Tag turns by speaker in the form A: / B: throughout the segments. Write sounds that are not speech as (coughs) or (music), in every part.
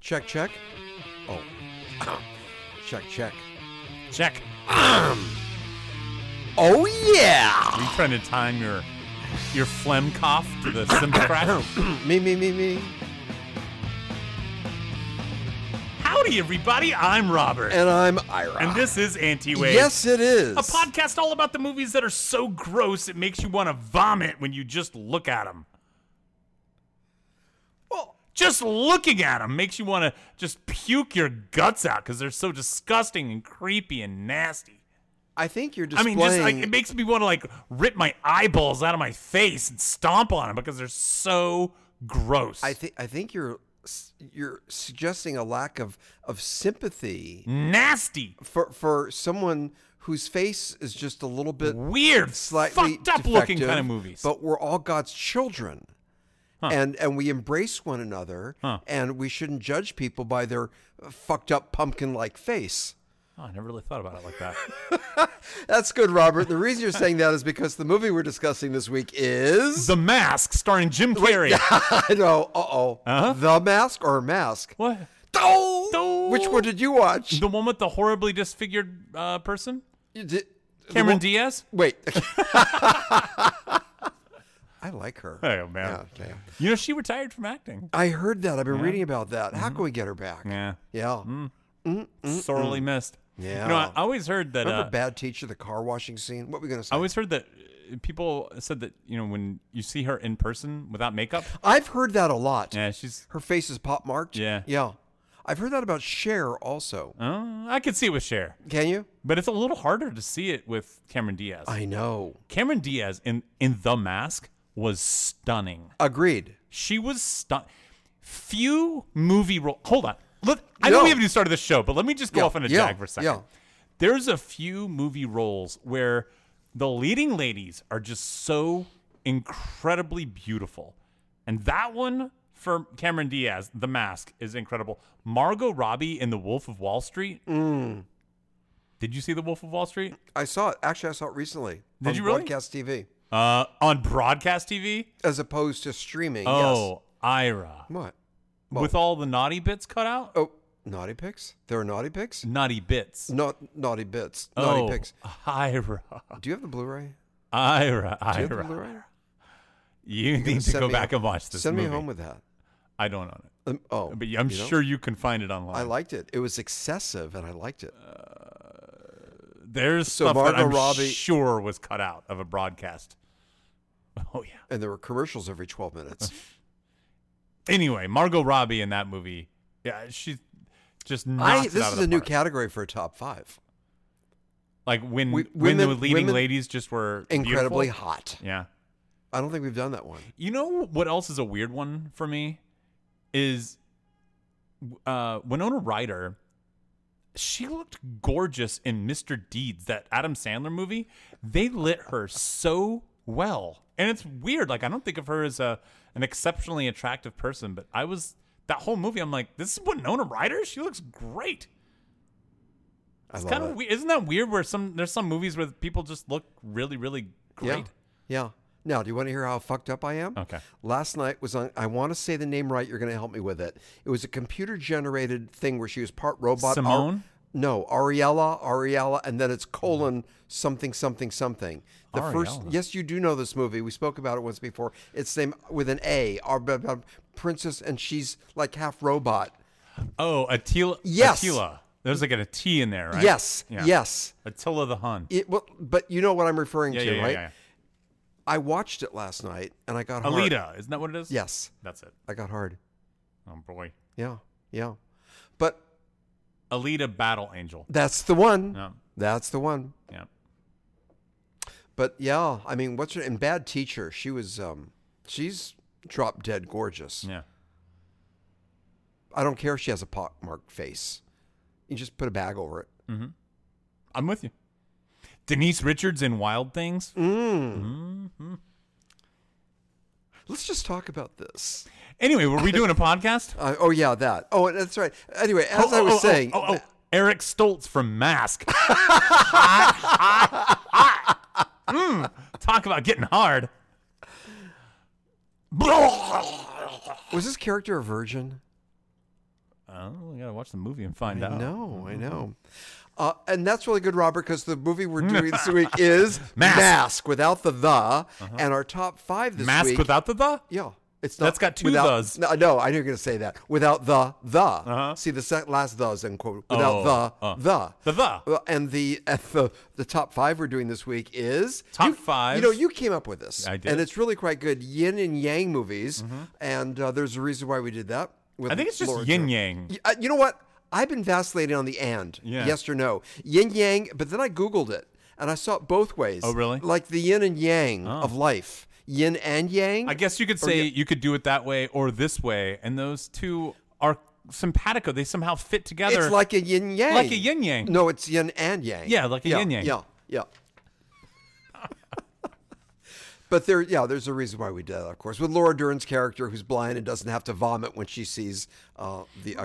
A: Check, check. Oh. (coughs) check, check.
B: Check.
A: Oh, yeah!
B: Are you trying to time your your phlegm cough to the
A: (coughs)
B: cymbal crash?
A: me, me, me, me.
B: Howdy, everybody. I'm Robert,
A: And I'm Ira.
B: and this is Anti-Wave.
A: Yes, it is.
B: a podcast all about the movies that are so gross it makes you want to vomit when you just look at them.
A: Well,
B: Just looking at them makes you want to just puke your guts out because they're so disgusting and creepy and nasty.
A: I think you're
B: I
A: displaying.
B: mean, just like it makes me want to like rip my eyeballs out of my face and stomp on them because they're so gross.
A: I think I think you're s- you're suggesting a lack of of sympathy
B: nasty,
A: for for someone whose face is just a little bit
B: weird,
A: slightly
B: fucked up looking
A: defective,
B: kind of movies.
A: But we're all God's children. And and we embrace one another and we shouldn't judge people by their fucked up pumpkin like face.
B: oh, I never really thought about it like that.
A: That's good, Robert. The reason you're saying that is because the movie we're discussing this week is
B: (laughs) the Mask, starring Jim Carrey.
A: I know, uh-oh. The Mask or Mask?
B: Uh-huh. What?
A: Oh!
B: No.
A: Which one did you watch?
B: The one with the horribly disfigured uh, person,
A: You did- the
B: Cameron
A: one-
B: Diaz.
A: Wait. (laughs) I like her.
B: Oh man,
A: Yeah, damn.
B: you know she retired from acting.
A: I heard that. I've been reading about that. How can we get her back?
B: Mm-hmm. Yeah, Mm.
A: Yeah.
B: sorely missed.
A: Yeah.
B: you know I I always heard that.
A: Remember
B: uh,
A: Bad Teacher, the car washing scene? What were we going to say?
B: I always heard that uh, people said that you know when you see her in person
A: (laughs)
B: without makeup.
A: I've heard that a lot.
B: Yeah, she's.
A: Her face is pop marked.
B: Yeah.
A: Yeah. I've heard that about Cher also.
B: Uh, I could see it with Cher,
A: Can you?
B: but it's a little harder to see it with Cameron Diaz.
A: I know.
B: Cameron Diaz in in The Mask was stunning.
A: Agreed.
B: She was stun. Few movie role. Hold on. Let, I know
A: No.
B: we haven't even started the show, but let me just go
A: Yeah,
B: off on a
A: yeah,
B: jag for a second.
A: yeah.
B: There's a few movie roles where the leading ladies are just so incredibly beautiful, and that one for Cameron Diaz, The Mask, is incredible. Margot Robbie in The Wolf of Wall Street. Did you see The Wolf of Wall Street?
A: I saw it. Actually, I saw it recently.
B: Did
A: on
B: you really?
A: Broadcast TV
B: Uh, on broadcast TV.
A: as opposed to streaming. Yes.
B: Oh, Ira.
A: What?
B: With all the naughty bits cut out?
A: Oh, naughty pics? There are naughty pics?
B: Naughty bits.
A: Not naughty bits.
B: oh,
A: Naughty pics.
B: Ira.
A: Do you have the Blu-ray?
B: Ira.
A: Do you have the
B: Ira.
A: Blu-ray?
B: (laughs) You
A: You're
B: need
A: gonna
B: to
A: send
B: go
A: me
B: back
A: home-
B: and watch this
A: Send
B: movie.
A: me home with that.
B: I don't own it.
A: Um, oh,
B: But I'm
A: you don't?
B: sure you can find it online.
A: I liked it. It was excessive, and I liked it.
B: There's
A: So
B: stuff that
A: Margot
B: I'm
A: Robbie-
B: sure was cut out of a broadcast. Oh, yeah.
A: And there were commercials every 12
B: (laughs)
A: minutes.
B: Anyway, Margot Robbie in that movie. Yeah, she's just knocks
A: I,
B: it out
A: this
B: of
A: is
B: the
A: a new
B: park.
A: category for a top five.
B: Like when,
A: We-
B: when the
A: women-
B: leading
A: women-
B: ladies just were
A: Incredibly
B: beautiful.
A: hot.
B: Yeah.
A: I don't think we've done that one.
B: You know what else is a weird one for me is uh, Winona Ryder. She looked gorgeous in Mr. Deeds, that Adam Sandler movie. They lit her so well, and it's weird. Like I don't think of her as a an exceptionally attractive person, but I was that whole movie. I'm like, this is Winona Ryder. She looks great.
A: I
B: It's
A: love
B: kind of
A: it.
B: weird, isn't that weird? Where some there's some movies where people just look really, really
A: Yeah.
B: great.
A: Yeah. Now, do you want to hear how fucked up I am?
B: Okay.
A: Last night was on, I want to say the name right. You're going to help me with it. It was a computer generated thing where she was part robot. Ar-
B: Simone?
A: no, Ariella, Ariella, and then it's colon something, something, something. The first,
B: Ariella.
A: yes, you do know this movie. We spoke about it once before. It's named with an A, Ar- blah, blah, Princess, and she's like half robot.
B: Oh, Attila.
A: Yes.
B: Attila. There's like a T in there, right?
A: Yes,
B: Yeah.
A: yes.
B: Attila the Hun.
A: It, well, but you know what I'm referring
B: Yeah,
A: to,
B: yeah, yeah,
A: right?
B: yeah.
A: I watched it last night and I got hard.
B: Alita, isn't that what it is?
A: Yes,
B: That's it.
A: I got hard.
B: Oh boy.
A: Yeah, yeah. But
B: Alita Battle Angel.
A: that's the one.
B: Yeah.
A: That's the one.
B: Yeah.
A: But yeah, I mean, what's her and bad teacher? She was, um, she's drop dead gorgeous.
B: Yeah.
A: I don't care if she has a pockmarked face. You just put a bag over it.
B: I'm with you. Denise Richards in Wild Things.
A: Mm. Let's just talk about this.
B: Anyway,
A: (laughs)
B: were we doing a podcast?
A: Uh, oh yeah, that. Oh, that's right. Anyway, as
B: Oh,
A: I was
B: oh, oh,
A: saying,
B: Oh, oh, Eric Stoltz
A: (laughs)
B: from Mask. hot, hot, hot. Mm, talk about getting
A: (laughs)
B: hard. Oh,
A: was this character a virgin?
B: Uh, Oh, we gotta watch the movie and find out.
A: No, I
B: Mm-hmm.
A: know. Uh, and that's really good, Robert, because the movie
B: (laughs)
A: we're doing this week is Mask, without the the, and our top five this
B: Uh-huh. Mask
A: week.
B: without the the.
A: yeah, it's not
B: That's got two
A: without,
B: thes. Uh-huh.
A: No, no, I knew you were going to say that. Without the the. See the se- last thes end quote. Without
B: Oh,
A: the
B: uh.
A: the.
B: The the.
A: Well, and the at the the top five we're doing this week is
B: Top
A: you-
B: five.
A: You know, you came up with this,
B: I did. Mm-hmm.
A: and it's really quite good. Yin and Yang movies, and uh, there's a reason why we did that. With
B: I think it's just
A: Laura
B: yin
A: Dern.
B: yang.
A: Y- uh, You know what? I've been vacillating on the and,
B: Yeah.
A: yes or no, yin yang. But then I googled it and I saw it both ways.
B: Oh, really? Oh.
A: Like the yin and yang of life, yin and yang.
B: I guess you could say you could do it that way or this way, and those two are simpatico. They somehow fit together.
A: it's like a yin yang,
B: Like a yin yang.
A: No, it's yin and yang.
B: Yeah, like a yin yang.
A: Yeah, yeah. (laughs) But there, yeah, there's a reason why we did that, of course, with Laura Dern's character who's blind and doesn't have to vomit when she sees uh, the
B: (laughs)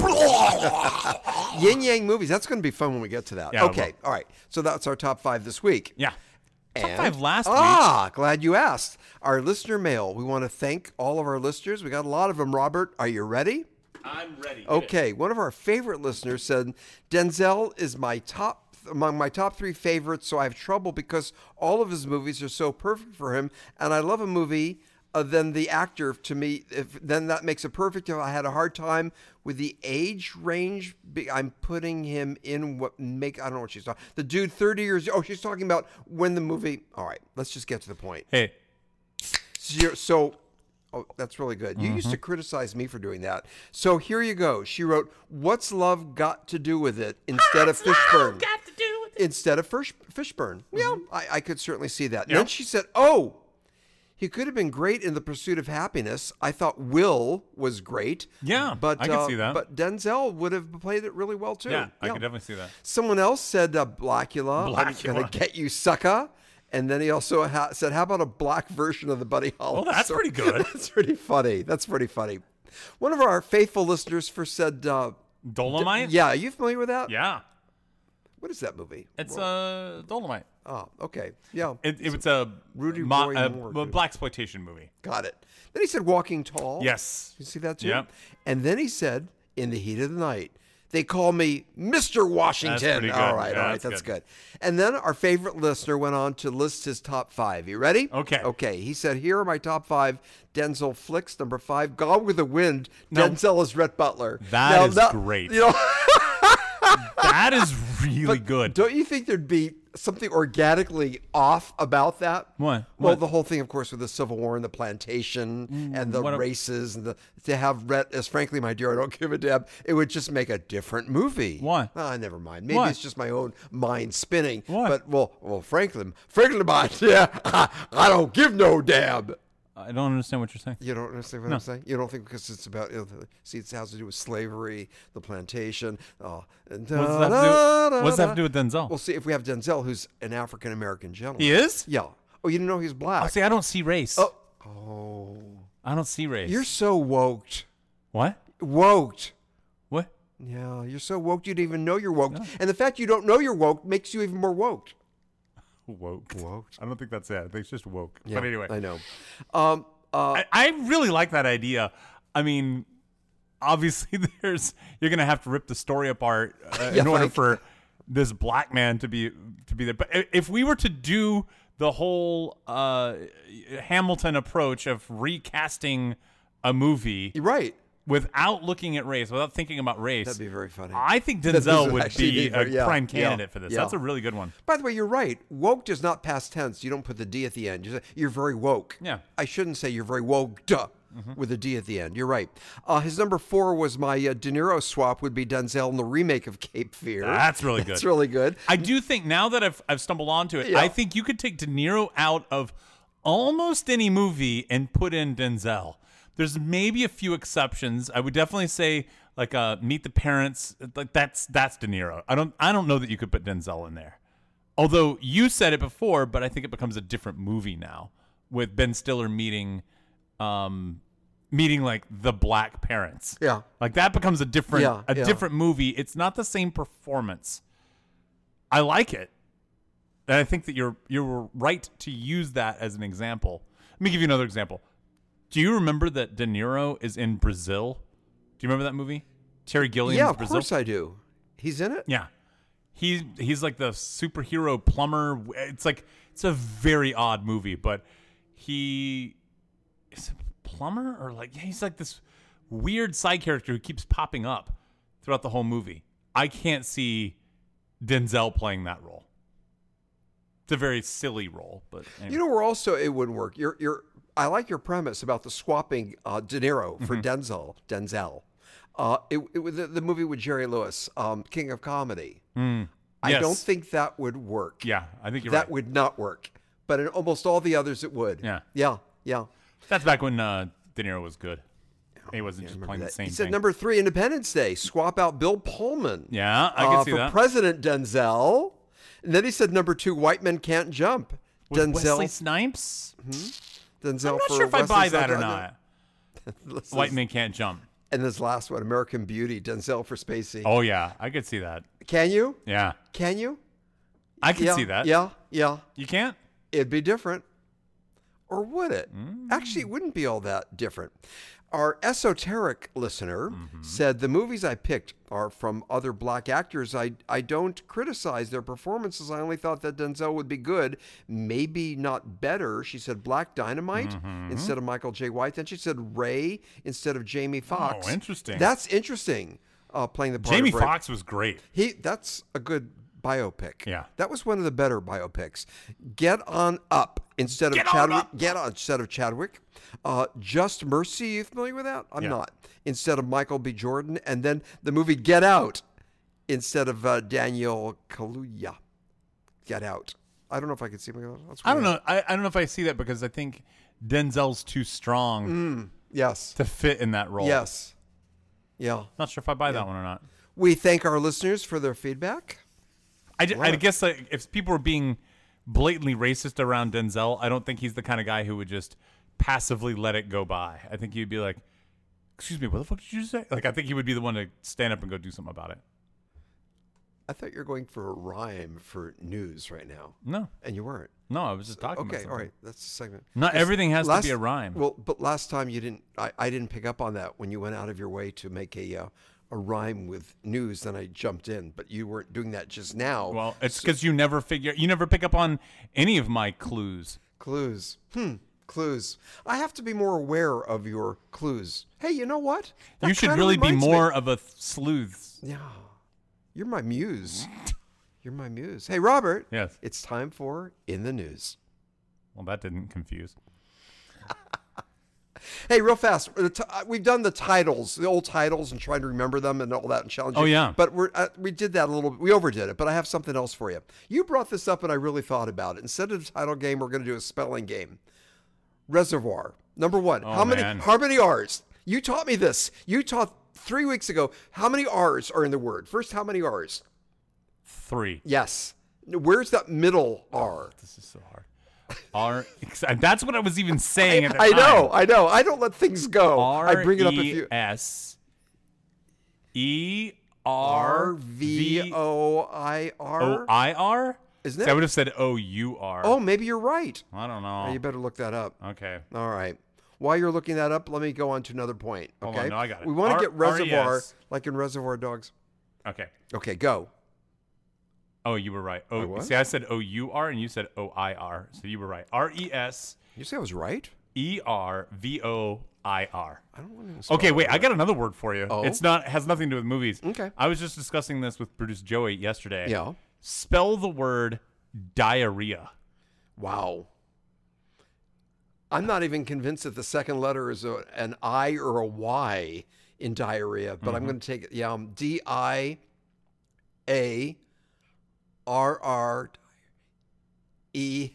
A: (laughs) yin yang movies. That's going to be fun when we get to that.
B: Yeah, it
A: okay, all right. So that's our top five this week.
B: yeah. Top five last week.
A: Ah, glad you asked. Our listener mail. We want to thank all of our listeners. We got a lot of them. Robert, are you ready?
B: I'm ready.
A: Okay, one of our favorite listeners said, "Denzel is my top among my top three favorites, so I have trouble because all of his movies are so perfect for him, and I love a movie." Uh, then the actor to me, if then that makes it perfect. If I had a hard time with the age range, be- I'm putting him in what make I don't know what she's talking. The dude, thirty years. Oh, she's talking about when the movie. All right, let's just get to the point.
B: Hey,
A: So, you're- so- oh, that's really good. You used to
B: Mm-hmm.
A: criticize me for doing that. So here you go. She wrote, "What's love got to do with it?" Instead of Fishburne. Got to do with it. Instead of Fish, Fishburne. Yeah, I, I could certainly see that. And
B: Mm-hmm. Yeah.
A: then she said, "Oh." He could have been great in the pursuit of happiness. I thought Will was great.
B: Yeah,
A: but uh,
B: I could see that.
A: But Denzel would have played it really well too.
B: yeah, I can definitely see that.
A: Someone else said uh, Blackula. I'm
B: Blackula.
A: gonna get you, sucker. And then he also ha- said, "How about a black version of the Buddy Holly?"
B: that's
A: song?"
B: pretty good.
A: (laughs) that's pretty funny. That's pretty funny. One of our faithful listeners for said, uh,
B: Dolomite.
A: "Yeah, are you familiar with that?
B: yeah.
A: What is that movie?
B: It's uh Dolomite.
A: oh, okay, yeah,
B: It, it was a
A: Rudy
B: mo-
A: Roy
B: a,
A: Moore, dude. Oh.
B: black exploitation movie.
A: got it." Then he said, "Walking Tall."
B: Yes.
A: you see that too.
B: Yep.
A: And then he said, "In the heat of the night." They call me Mr. Washington.
B: pretty good.
A: All right,
B: Yeah,
A: all right,
B: that's
A: that's
B: good.
A: good. And then our favorite listener went on to list his top five. You ready?
B: Okay.
A: Okay. He said, Here are my top five Denzel flicks. Number five, Gone with the Wind.
B: Now-
A: Denzel is Rhett Butler.
B: That
A: That is
B: is great.
A: You know,
B: (laughs) That
A: (laughs)
B: is really good.
A: don't you think there'd be something organically off about that?
B: What?
A: Well,
B: What? Mm,
A: the whole thing, of course, with the Civil War and the plantation and the
B: what a-
A: races and the to have Rhett as frankly, my dear, I don't give a damn. It would just make a different movie.
B: Why?
A: Ah, never mind. Maybe
B: Why?
A: it's just my own mind spinning.
B: Why?
A: But well, well, Franklin, Franklin Bond, yeah, (laughs) I don't give no damn.
B: I don't understand what you're saying.
A: You don't understand what I'm saying? You don't think because it's about see, it has to do with slavery, the plantation. Uh, and
B: What does that have to do, what's that have to do with Denzel?
A: well, see, if we have Denzel, who's an African American gentleman.
B: he is.
A: Yeah. Oh, you didn't know he's black.
B: Oh, see, I don't see race.
A: oh. Oh.
B: I don't see race.
A: You're so woked.
B: what?
A: Woked.
B: What?
A: Yeah, you're so woked you don't even know you're woked. And the fact you don't know you're woke makes you even more woked.
B: Woke.
A: Woked.
B: I don't think that's it. I think it's just woke.
A: Yeah,
B: but anyway,
A: I know. Um, uh,
B: I, I really like that idea. I mean, obviously, (laughs) there's you're gonna have to rip the story apart uh,
A: (laughs) Yeah,
B: in order
A: like-
B: for this black man to be to be there. But i- if we were to do the whole uh, Hamilton approach of recasting a movie
A: you're right.
B: without looking at race, without thinking about race,
A: That'd be very funny.
B: I think
A: That'd (laughs)
B: Denzel
A: be
B: would
A: actually
B: be
A: be ver-
B: a
A: yeah,
B: prime
A: yeah,
B: candidate for this.
A: yeah.
B: That's a really good one.
A: By the way, you're right. Woke is not past tense. You don't put the D at the end. You say, You're very woke.
B: Yeah. Mm-hmm.
A: I shouldn't say you're very woke duh, with a D at the end. You're right. Uh, his number four was my uh, De Niro swap would be Denzel in the remake of Cape Fear. (laughs)
B: That's really
A: That's
B: good.
A: really good.
B: I do think now that I've I've stumbled onto it,
A: Yeah.
B: I think you could take De Niro out of almost any movie and put in Denzel. There's maybe a few exceptions. I would definitely say like uh, Meet the Parents. Like that's that's De Niro. I don't I don't know that you could put Denzel in there. Although you said it before, but I think it becomes a different movie now with Ben Stiller meeting, um, meeting like the black parents.
A: Yeah.
B: Like that becomes a different
A: Yeah,
B: a
A: yeah.
B: different movie. It's not the same performance. I like it. And I think that you're you were right to use that as an example. Let me give you another example. Do you remember that De Niro is in Brazil? Do you remember that movie? Terry Gilliam.
A: yeah, of
B: Brazil.
A: course I do. He's in it.
B: Yeah, he he's like the superhero plumber. It's like it's a very odd movie, but he is it plumber or like yeah, he's like this weird side character who keeps popping up throughout the whole movie. I can't see Denzel playing that role. It's a very silly role, but anyway.
A: You know, we're also it wouldn't work. You're you're. I like your premise about the swapping uh, De Niro for
B: Mm-hmm.
A: Denzel. Denzel. Uh, it, it was the, the movie with Jerry Lewis, um, King of Comedy. I
B: Mm. Yes.
A: don't think that would work.
B: yeah, I think you're
A: that
B: right.
A: would not work. But in almost all the others, it would.
B: Yeah.
A: Yeah. Yeah.
B: That's back when uh, De Niro was good. He wasn't just playing the
A: That-
B: same
A: he said
B: thing.
A: number three, Independence Day. Swap out Bill Pullman.
B: Yeah, I can
A: uh,
B: see
A: for
B: that.
A: President Denzel. And then he said number two, White Men Can't Jump.
B: With
A: Denzel.
B: Wesley Snipes.
A: Denzel.
B: I'm not
A: for
B: sure if I
A: Wesley
B: buy that or
A: Snipes.
B: not.
A: This is-
B: White men can't jump.
A: And this last one, American Beauty, Denzel for Spacey.
B: Oh yeah, I could see that.
A: Can you?
B: Yeah,
A: Can you?
B: I could
A: yeah.
B: see that.
A: Yeah. Yeah.
B: you can't.
A: it'd be different. Or would it?
B: Mm.
A: Actually, it wouldn't be all that different. Our esoteric listener
B: Mm-hmm.
A: said the movies I picked are from other black actors. I, I don't criticize their performances. I only thought that Denzel would be good, maybe not better. She said Black Dynamite
B: Mm-hmm.
A: instead of Michael J. White. Then she said Ray instead of Jamie Foxx.
B: Oh, interesting.
A: That's interesting. Uh, playing the part
B: Jamie
A: of Ray.
B: Foxx was great.
A: He that's a good biopic.
B: Yeah.
A: That was one of the better biopics. Get on up instead of
B: Get on
A: Chadwick.
B: up.
A: Get on instead of Chadwick. Uh, Just Mercy, you familiar with that? I'm
B: Yeah.
A: not. Instead of Michael B. Jordan, and then the movie Get Out instead of uh, Daniel Kaluuya. Get Out. I don't know if I can see my. That's
B: I don't
A: weird.
B: know. I, I don't know if I see that because I think Denzel's too strong
A: Yes.
B: to fit in that role.
A: Mm. Yes. Yeah.
B: Not sure if I buy that one or not.
A: We thank our listeners for their feedback.
B: I, d- I guess like, if people were being blatantly racist around Denzel, I don't think he's the kind of guy who would just passively let it go by. I think he'd be like, "Excuse me, what the fuck did you say?" Like, I think he would be the one to stand up and go do something about it.
A: I thought you were going for a rhyme for news right now,
B: No,
A: and you weren't.
B: no, I was just talking. about
A: Okay, all
B: something.
A: right. That's the segment.
B: Not everything has
A: Last-
B: to be a rhyme.
A: Well, but last time you didn't. I, I didn't pick up on that when you went out of your way to make a uh, a rhyme with news. Then I jumped in, but you weren't doing that just now.
B: Well, it's because you never figure, you never pick up on any of my clues.
A: clues. Hmm. Clues. I have to be more aware of your clues. Hey, you know what? That
B: you should
A: kinda
B: really be
A: reminds me-
B: more of a th- sleuth.
A: Yeah. You're my muse. You're my muse. Hey, Robert.
B: Yes.
A: It's time for in the news.
B: Well, that didn't confuse.
A: Hey, real fast. the t- uh, We've done the titles, the old titles, and trying to remember them and all that and challenging.
B: Oh, yeah.
A: But we're uh, we did that a little. We overdid it. But I have something else for you. You brought this up, and I really thought about it. Instead of the title game, we're going to do a spelling game. Reservoir. Number one. how
B: Oh, man.
A: many? How many R's? You taught me this. You taught three weeks ago. How many R's are in the word? First, how many R's?
B: Three.
A: Yes. Where's that middle R?
B: This is so hard. R. and That's what I was even saying at the
A: I
B: time.
A: know. I know. I don't let things go.
B: R E
A: I bring it up if you.
B: S E R
A: R V O I
B: O
A: R.
B: I R.
A: Isn't
B: See,
A: it?
B: I would have said O U R.
A: Oh, maybe you're right.
B: I don't
A: You
B: know.
A: better look that up.
B: Okay.
A: All right. While you're looking that up, let me go on to another point.
B: Hold
A: Okay.
B: on, no, I got it.
A: We want
B: R- E
A: to get reservoir,
B: RES.
A: like in Reservoir Dogs.
B: Okay.
A: Okay, go.
B: Oh, you were right. Oh,
A: was?
B: see, I said O U R and you said O I R. So you were right. R E S
A: You say I was right?
B: E R V O I R.
A: I don't want to.
B: Okay, wait. I got another word for you.
A: Oh?
B: It's not has nothing to do with movies.
A: Okay.
B: I was just discussing this with producer Joey yesterday.
A: Yeah.
B: Spell the word diarrhea.
A: Wow. I'm not even convinced that the second letter is a, an I or a Y in diarrhea, but
B: Mm-hmm.
A: I'm going to take it. Yeah, um, D I A R R E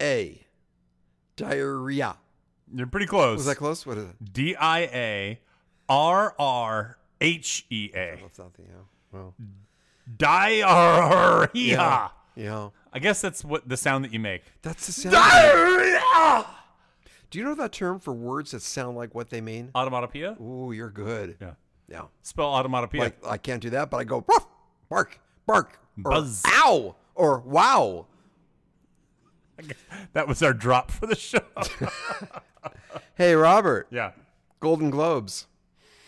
A: A. Diarrhea.
B: You're pretty close.
A: Was that close? What is it?
B: D I A R R H E A.
A: That's not the yeah. Well,
B: Diarrhea.
A: yeah.
B: I guess that's what the sound that you make.
A: That's the sound.
B: Diarrhea.
A: Do you know that term for words that sound like what they mean?
B: Automatopoeia.
A: Ooh, you're good.
B: Uh, Yeah.
A: Yeah.
B: Spell automatopoeia.
A: Like I can't do that, but I go "Ruff, bark, bark, or
B: Buzz.
A: ow, or wow.
B: (laughs) that was our drop for the show. (laughs)
A: Hey, Robert,
B: yeah.
A: Golden Globes.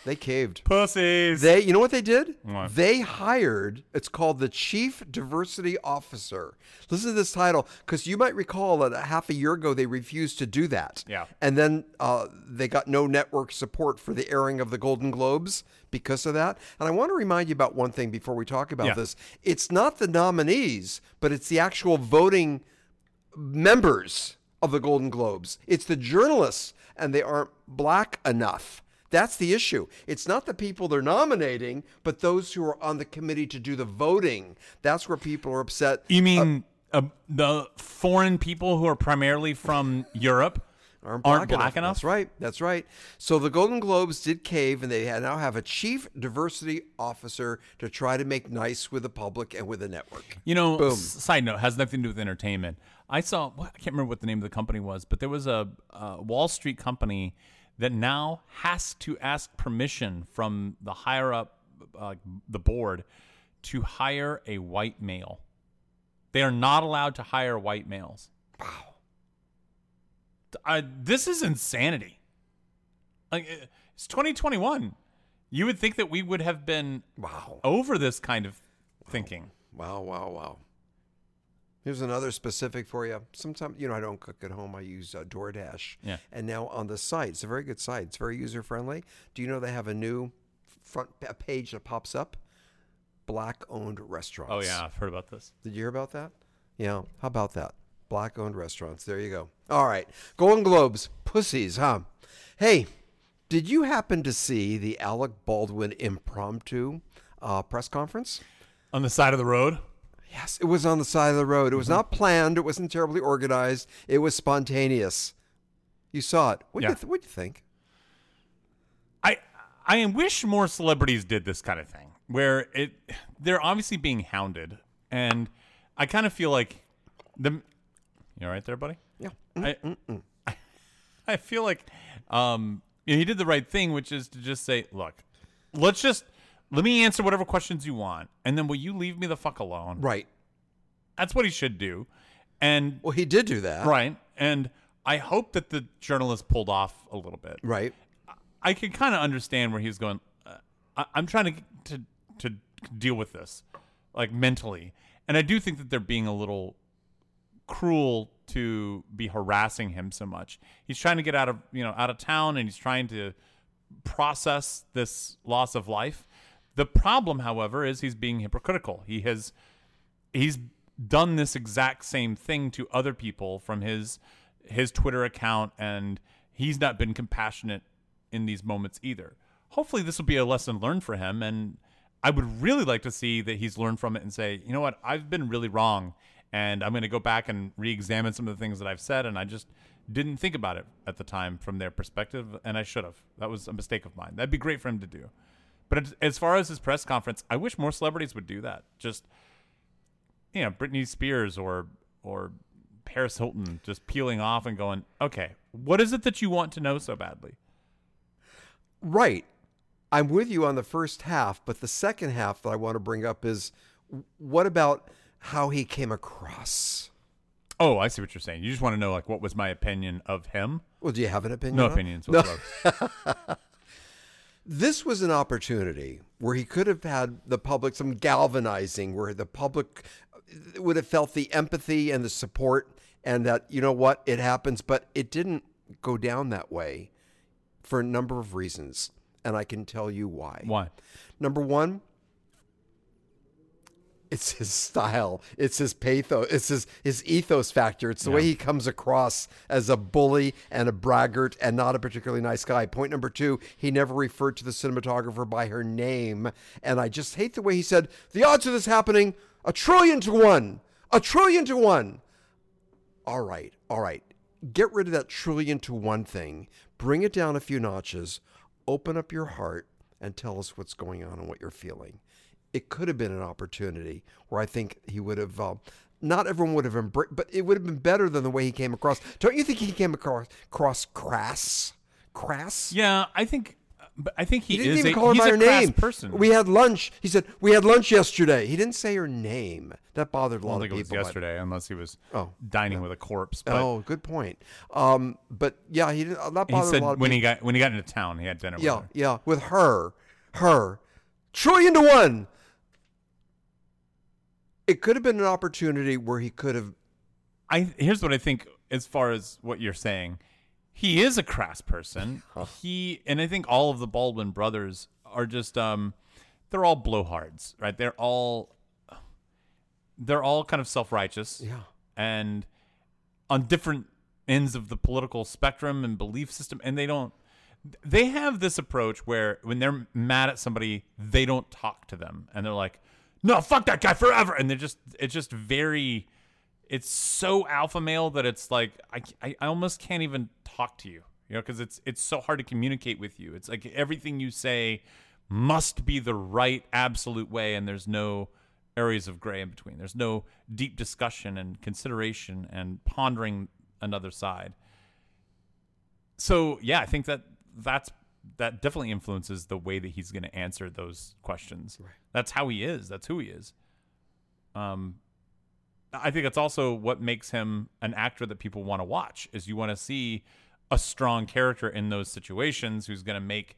A: They caved.
B: Pussies.
A: They, you know what they did?
B: What?
A: They hired. It's called the Chief Diversity Officer. Listen to this title, because you might recall that a half a year ago they refused to do that.
B: Yeah.
A: And then uh, they got no network support for the airing of the Golden Globes because of that. And I want to remind you about one thing before we talk about
B: Yeah.
A: this. It's not the nominees, but it's the actual voting members of the Golden Globes. It's the journalists, and they aren't black enough. That's the issue. It's not the people they're nominating, but those who are on the committee to do the voting. That's where people are upset.
B: you mean uh, the foreign people who are primarily from Europe
A: Aren't black,
B: aren't black enough?
A: That's right. That's right. So the Golden Globes did cave, and they now have a chief diversity officer to try to make nice with the public and with the network.
B: You know, s- side note has nothing to do with entertainment. I saw what- I can't remember what the name of the company was, but there was a, uh Wall Street company that now has to ask permission from the higher up, uh, the board, to hire a white male. They are not allowed to hire white males. Wow. this is insanity. Like uh, it's 2021. You would think that we would have been
A: Wow.
B: over this kind of thinking.
A: Wow, wow, wow. Here's another specific for you. Sometimes, you know, I don't cook at home. I use uh, DoorDash.
B: Yeah.
A: And now on the site, it's a very good site. It's very user friendly. Do you know they have a new front pa- page that pops up? Black owned restaurants.
B: Oh yeah, I've heard about this.
A: Did you hear about that? Yeah. How about that? Black owned restaurants. There you go. All right. Golden Globes. Pussies, huh? Hey, did you happen to see the Alec Baldwin impromptu uh, press conference?
B: On the side of the road?
A: Yes, it was on the side of the road. It
B: Mm-hmm.
A: was not planned. It wasn't terribly organized. It was spontaneous. You saw it. What do you,
B: Yeah.
A: th- what do you think?
B: I I wish more celebrities did this kind of thing where it they're obviously being hounded and I kind of feel like the You all right there, buddy?
A: Yeah.
B: I, I feel like um, you know, he did the right thing, which is to just say, look, let's just let me answer whatever questions you want, and then will you leave me the fuck alone?
A: Right.
B: That's what he should do. And
A: Well, he did do that.
B: right, and I hope that the journalist pulled off a little bit.
A: Right.
B: I can kind of understand where he's going. Uh, I, I'm trying to, to to deal with this, like mentally, and I do think that they're being a little cruel to be harassing him so much. He's trying to get out of you know out of town, and he's trying to process this loss of life. The problem, however, is he's being hypocritical. He has he's done this exact same thing to other people from his his Twitter account and he's not been compassionate in these moments either. Hopefully this will be a lesson learned for him and I would really like to see that he's learned from it and say, "You know what? I've been really wrong and I'm going to go back and re-examine some of the things that I've said and I just didn't think about it at the time from their perspective and I should have. That was a mistake of mine. That'd be great for him to do." But as- as far as his press conference, I wish more celebrities would do that. Just you know, Britney Spears or or Paris Hilton just peeling off and going, okay, what is it that you want to know so badly?
A: Right. I'm with you on the first half, but the second half that I want to bring up is w- what about how he came across?
B: Oh, I see what you're saying. You just want to know like what was my opinion of him?
A: Well, do you have an opinion?
B: Uh-huh. No
A: on it?
B: opinions whatsoever.
A: this was an opportunity where he could have had the public some galvanizing where the public would have felt the empathy and the support and that you know what it happens but it didn't go down that way for a number of reasons and i can tell you why
B: Why?
A: number one it's his style it's his pathos it's his, his ethos factor it's the way he comes across as a bully and a braggart and not a particularly nice guy point number two he never referred to the cinematographer by her name and i just hate the way he said the odds of this happening a trillion to one a trillion to one all right, all right. Get rid of that trillion to one thing. Bring it down a few notches. Open up your heart and tell us what's going on and what you're feeling. It could have been an opportunity where I think he would have. Uh, not everyone would have embraced, but it would have been better than the way he came across. Don't you think he came across, across crass? Crass?
B: (laughs) Yeah, I think But I think he,
A: He didn't
B: is
A: even
B: a,
A: call her
B: he's
A: by
B: a
A: her
B: crass
A: name.
B: person.
A: We had lunch. He said we had lunch yesterday. He didn't say her name. That bothered a
B: I
A: lot
B: don't
A: of
B: think it was
A: people. but-
B: yesterday, unless he was
A: Oh,
B: dining with a corpse. But
A: oh, good point. Um, but yeah, he didn't. That
B: he
A: bothered
B: said
A: a lot of
B: when
A: people.
B: he got when he got into town, he had dinner
A: yeah,
B: with her.
A: yeah, with her, her trillion to one. It could have been an opportunity where he could have.
B: I here's what I think as far as what you're saying. He is a crass person. He and I think all of the Baldwin brothers are just um they're all blowhards, right? They're all they're all kind of self-righteous.
A: Yeah.
B: And on different ends of the political spectrum and belief system and they don't they have this approach where when they're mad at somebody, they don't talk to them and they're like, "No, fuck that guy forever." And they're just it's just very it's so alpha male that it's like I, I, I almost can't even talk to you you know because it's it's so hard to communicate with you it's like everything you say must be the right absolute way and there's no areas of gray in between there's no deep discussion and consideration and pondering another side so yeah i think that that's that definitely influences the way that he's going to answer those questions that's how he is that's who he is um I think it's also what makes him an actor that people want to watch is you want to see a strong character in those situations who's going to make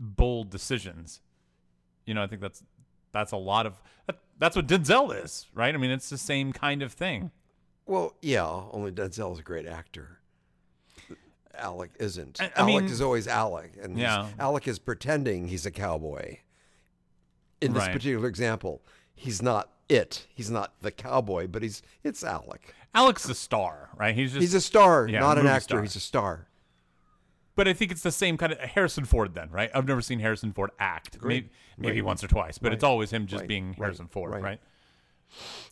B: bold decisions. You know, I think that's that's a lot of that, that's what Denzel is, right? I mean, it's the same kind of thing.
A: Well, yeah, only Denzel's a great actor. Alec isn't.
B: I- I
A: Alec
B: mean-
A: is always Alec, and he's-
B: Yeah.
A: Alec is pretending he's a cowboy. In this
B: Right.
A: particular example, he's not it. He's not the cowboy, but he's it's Alec.
B: Alec's a star, right? He's just
A: He's a star,
B: yeah,
A: not an
B: movie
A: actor.
B: star.
A: He's a star.
B: But I think it's the same kind of Harrison Ford then, right? I've never seen Harrison Ford act. Maybe, maybe once or twice, but it's always him just being Harrison Ford,
A: right.
B: right?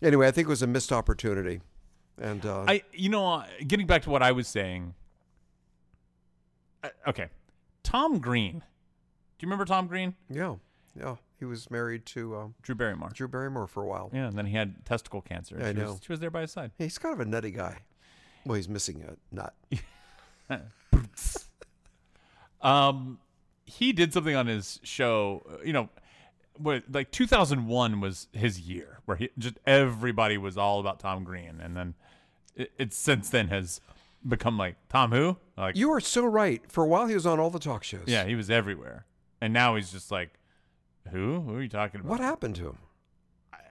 A: Anyway, I think it was a missed opportunity, and uh,
B: I you know uh, getting back to what I was saying. uh, okay, Tom Green. Do you remember Tom Green?
A: yeah, yeah, he was married to um,
B: Drew Barrymore.
A: Drew Barrymore for a while.
B: Yeah, and then he had testicle cancer.
A: Yeah, I
B: she
A: know.
B: Was, she was there by his side.
A: He's kind of a nutty guy. Well, he's missing a nut.
B: Um, he did something on his show. uh, You know, what like 2001 was his year where he just everybody was all about Tom Green, and then it, it since then has become like Tom who like
A: You are so right. For a while, he was on all the talk shows.
B: yeah he was everywhere, and now he's just like who who are you talking about?
A: What happened to him?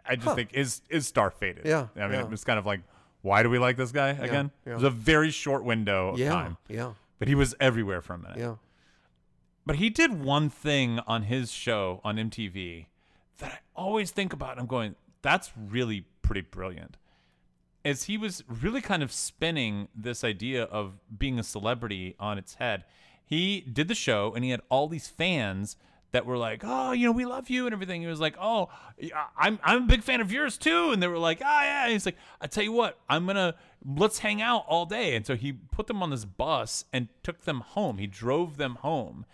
B: I just think is is star faded.
A: Yeah,
B: I mean
A: yeah.
B: it was kind of like why do we like this guy again?
A: yeah.
B: It was a very short window of
A: Yeah,
B: time,
A: yeah,
B: but he was everywhere for a minute.
A: yeah.
B: But he did one thing on his show on MTV that I always think about. And I'm going, that's really pretty brilliant. Is he was really kind of spinning this idea of being a celebrity on its head. He did the show and he had all these fans that were like, "Oh, you know, we love you" and everything. He was like, "Oh, I- I'm I'm a big fan of yours too," and they were like, "Ah, yeah." And he's like, "I tell you what, I'm gonna let's hang out all day." And so he put them on this bus and took them home. He drove them home,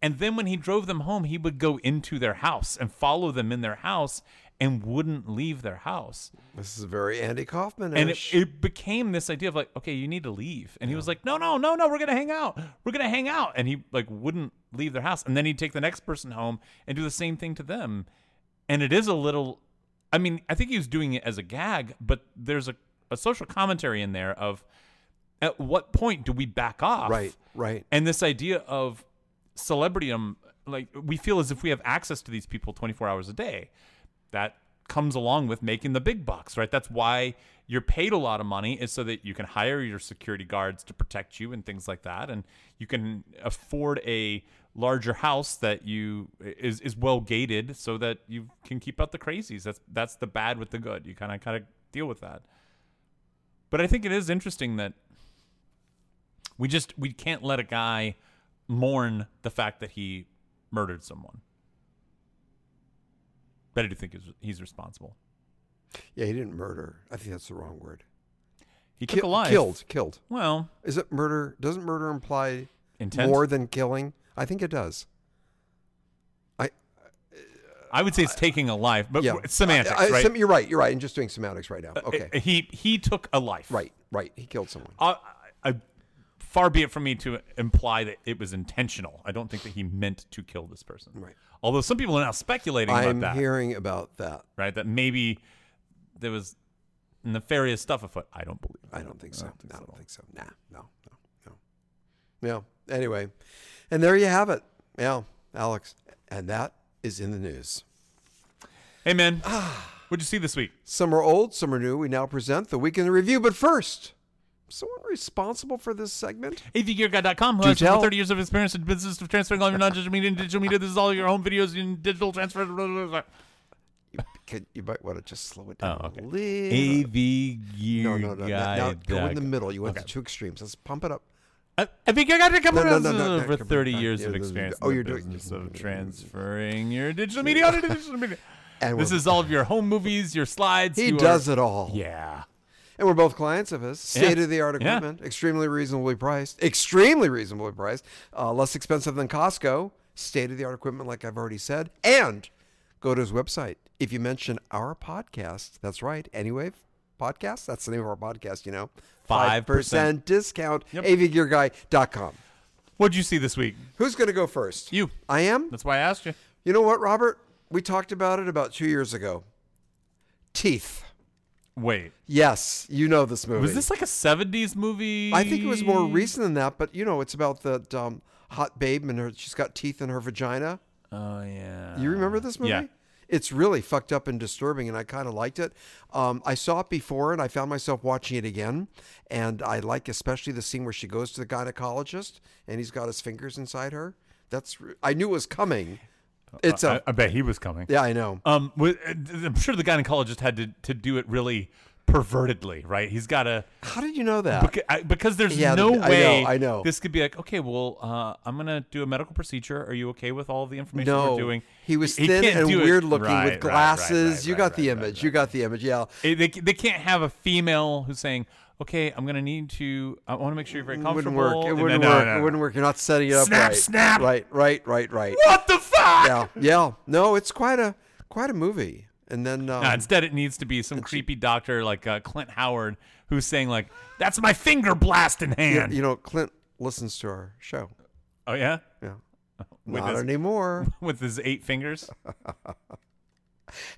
B: and then when he drove them home, he would go into their house and follow them in their house and wouldn't leave their house.
A: This is very Andy Kaufman.
B: And it, it became this idea of like, okay, you need to leave. And he was like, no, no, no, no, we're gonna hang out. We're gonna hang out. And he like wouldn't leave their house. And then he'd take the next person home and do the same thing to them. And it is a little I mean, I think he was doing it as a gag, but there's a, a social commentary in there of at what point do we back off?
A: Right, right.
B: And this idea of celebrityum, like we feel as if we have access to these people 24 hours a day. That comes along with making the big bucks, right? That's why you're paid a lot of money is so that you can hire your security guards to protect you and things like that and you can afford a larger house that you is is well gated so that you can keep out the crazies. That's that's the bad with the good. You kind of kind of deal with that. But I think it is interesting that we just we can't let a guy mourn the fact that he murdered someone. But I do think he's, he's responsible.
A: yeah, he didn't murder. I think that's the wrong word.
B: He took
A: Ki-
B: a life.
A: Killed. Killed.
B: Well,
A: Is it murder? Doesn't murder imply
B: intent.
A: more than killing? I think it does. I
B: I would say it's taking a life, but
A: yeah.
B: it's semantics,
A: I- I-
B: right? Uh,
A: sem- you're right. You're right. I'm just doing semantics right now. Okay.
B: He he took a life. Uh,
A: right. Right. He killed someone.
B: I, I far be it from me to imply that it was intentional. I don't think that he meant to kill this person.
A: Right.
B: Although some people are now speculating
A: I'm
B: about that.
A: hearing about that.
B: Right. That maybe there was nefarious stuff afoot. I don't believe.
A: I don't think so. I don't think so. Nah, no, no, no. Yeah. Anyway, and there you have it. Yeah, Alex, and that is in the news.
B: Hey man,
A: Ah.
B: what'd you see this week?
A: Some are old, some are new. We now present the week in the review. But first, someone responsible for this segment.
B: AVGearGuy.com, who has
A: tell.
B: over 30 years of experience in the business of transferring all your non-digital media into digital media. This is all your home videos in digital transfer. Blah, blah, blah.
A: You, (laughs) could, you might want to just slow it down
B: Oh, okay.
A: a little.
B: AVGear
A: no, no, no, no, no. Go in the middle. You went to two extremes. Let's pump it up.
B: I I think I got to come
A: No,
B: no,
A: no,
B: no,
A: no, no, no,
B: over
A: come
B: 30
A: on.
B: years
A: Yeah,
B: of
A: no, no,
B: experience.
A: oh,
B: in the
A: you're doing-
B: business of transferring your digital media onto digital media.
A: (laughs) And
B: this
A: we're-
B: is all of your home movies, your slides.
A: He
B: your-
A: does it all.
B: Yeah.
A: And we're both clients of his.
B: Yeah.
A: State of the art
B: Yeah.
A: equipment, extremely reasonably priced, extremely reasonably priced, uh, less expensive than Costco. State of the art equipment, like I've already said. And go to his website. If you mention our podcast, that's right, Anywave Podcast, that's the name of our podcast, you know.
B: 5%.
A: discount, avgearguy.com.
B: What'd you see this week?
A: Who's going to go first?
B: You.
A: I am.
B: That's why I asked you.
A: You know what, Robert? We talked about it about two years ago. Teeth.
B: Wait.
A: Yes, you know this movie.
B: Was this like a 70s movie?
A: I think it was
B: Mm.
A: more recent than that, but you know, it's about the um, hot babe and her, she's got teeth in her vagina.
B: Oh, yeah.
A: You remember this movie?
B: yeah.
A: It's really fucked up and disturbing, and I kind of liked it. Um, I saw it before, and I found myself watching it again. And I like especially the scene where she goes to the gynecologist, and he's got his fingers inside her. That's re- I knew it was coming. It's a
B: Uh, I, I bet he was coming.
A: yeah, I know.
B: Um, wi- I'm sure the gynecologist had to, to do it really pervertedly, right? He's got to.
A: How did you know that?
B: Beca- I- because there's
A: Yeah,
B: no
A: th- I
B: way
A: know, I know.
B: this could be like okay well uh, i'm gonna do a medical procedure are you okay with all the information
A: no,
B: we're doing
A: he was
B: He
A: thin
B: can't
A: and
B: do it-
A: weird looking
B: Right, right,
A: with
B: right,
A: glasses.
B: right,
A: you
B: right,
A: got the
B: right,
A: image. You got the image. Yeah.
B: right. They, they can't have a female who's saying okay i'm gonna need to i want to make sure you're very
A: It wouldn't
B: comfortable
A: work. It
B: and
A: wouldn't
B: then- no,
A: work.
B: no,
A: It
B: no.
A: wouldn't work. You're not setting it up
B: Snap,
A: right.
B: snap.
A: Right, right, right, right.
B: what the fuck
A: Yeah, yeah. No, it's quite a quite a movie. And then um,
B: No, Uh, instead, it needs to be some creepy doctor like uh, Clint Howard who's saying like, "That's my finger blast in
A: you,
B: hand."
A: you know, Clint listens to our show.
B: oh yeah, (laughs)
A: Yeah.
B: with
A: Not
B: his,
A: anymore.
B: with his
A: (laughs)
B: eight fingers.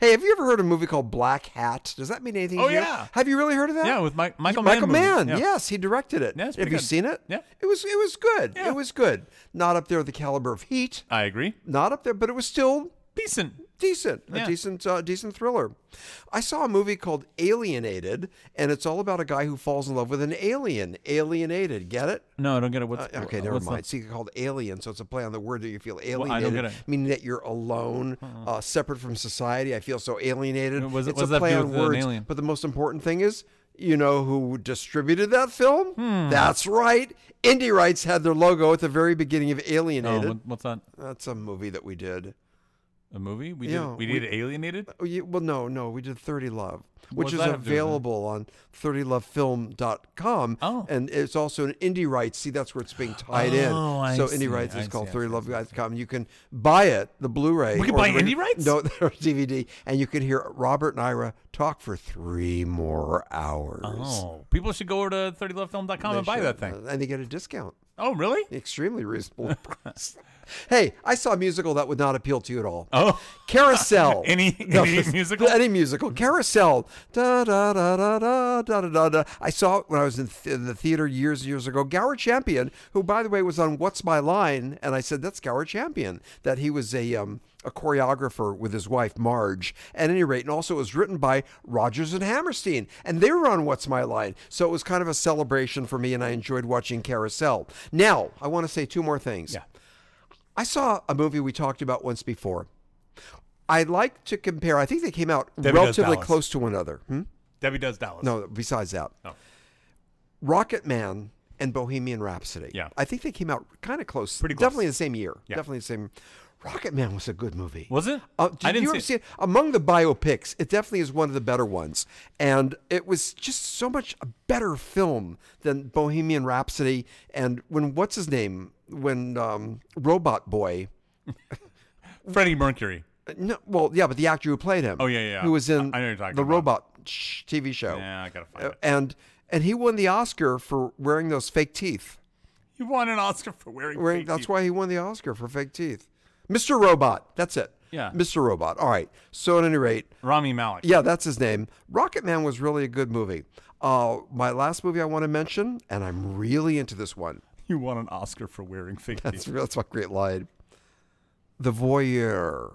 A: hey, have you ever heard of a movie called Black Hat? Does that mean anything
B: Oh,
A: to you?
B: yeah.
A: Have you really heard of that?
B: Yeah, with Mi- Michael Mann
A: Michael
B: movie.
A: Mann.
B: Yeah.
A: Yes, he directed it.
B: Yeah, it's
A: have
B: pretty
A: you
B: good.
A: seen it?
B: Yeah.
A: It was it was good.
B: Yeah.
A: It was good. Not up there with the caliber of Heat.
B: I agree.
A: Not up there, but it was still
B: Decent.
A: decent, a
B: Yeah.
A: decent, uh, decent thriller. I saw a movie called Alienated, and it's all about a guy who falls in love with an alien. Alienated, get it?
B: No, I don't get it. What's
A: Uh, Okay, never
B: what's the-
A: mind. See, it's called alien, so it's a play on the word that you feel alienated,
B: I don't get it.
A: meaning that you're alone, uh, separate from society. I feel so alienated.
B: Was it-
A: it's
B: what does
A: a
B: that
A: play
B: do
A: on
B: with an
A: words.
B: alien?
A: But the most important thing is, you know who distributed that film?
B: Hmm.
A: That's right. Indie Rights had their logo at the very beginning of
B: Oh,
A: Alienated.
B: what- what's that?
A: That's a movie that we did.
B: A movie? We
A: Yeah,
B: did. We,
A: we-
B: did Alienated.
A: Oh, yeah, well, no, no, we did 30 Love, which
B: does
A: is
B: that have to do with it?
A: available on 30lovefilm.com.
B: Oh.
A: And it's also an indie rights. See, that's where it's being tied
B: Oh,
A: in.
B: I
A: So
B: see,
A: indie rights
B: I
A: is
B: see,
A: called
B: I see,
A: 30lovefilm.com. You can buy it, the Blu-ray.
B: We can
A: or
B: buy
A: the
B: indie rights?
A: No, (laughs) or DVD. And you can hear Robert and Ira talk for three more hours.
B: Oh, people should go over to 30lovefilm.com
A: They
B: and buy
A: should,
B: that thing.
A: uh, And they get a discount.
B: Oh, really?
A: Extremely
B: (laughs)
A: reasonable price. hey, I saw a musical that would not appeal to you at all.
B: Oh,
A: (laughs) Carousel.
B: (laughs) Any- any
A: it's-
B: musical?
A: Any musical. Carousel. Da da da da da da da da. da. I saw it when I was in, th- in the theater years and years ago. Gower Champion, who by the way was on What's My Line, and I said that's Gower Champion. That he was a um, a choreographer with his wife Marge. At any rate, and also it was written by Rogers and Hammerstein, and they were on What's My Line. So it was kind of a celebration for me, and I enjoyed watching Carousel. Now I want to say two more things.
B: Yeah.
A: I saw a movie we talked about once before. I like to compare. I think they came out
B: Debbie Does
A: relatively
B: Dallas.
A: close to one another. Hmm?
B: Debbie does Dallas.
A: No, besides that,
B: Oh.
A: Rocket Man and Bohemian Rhapsody.
B: Yeah.
A: I think they came out kind of close.
B: Pretty close.
A: Definitely the same year.
B: Yeah.
A: Definitely the same. Rocket Man was a good movie.
B: Was it?
A: Uh, did
B: I didn't
A: you ever
B: see it.
A: see it? Among the biopics, it definitely is one of the better ones. And it was just so much a better film than Bohemian Rhapsody. And when, what's his name? When um, Robot Boy.
B: Freddie Mercury.
A: No, well, yeah, but the actor who played him.
B: Oh, yeah, yeah, yeah.
A: Who was in
B: I- I know you're talking
A: the
B: about.
A: robot sh- TV show.
B: Yeah, I gotta find
A: Uh,
B: it.
A: And and he won the Oscar for wearing those fake teeth.
B: He won an Oscar for wearing.
A: Wearing-
B: fake
A: that's
B: teeth.
A: why he won the Oscar for fake teeth. Mr. Robot. That's it.
B: Yeah.
A: Mr. Robot. All right. So at any rate,
B: Rami Malek.
A: yeah, that's his name. Rocket Man was really a good movie. Uh, my last movie I want to mention, and I'm really into this one.
B: He won an Oscar for wearing fake
A: That's
B: teeth.
A: that's a great line. The Voyeur.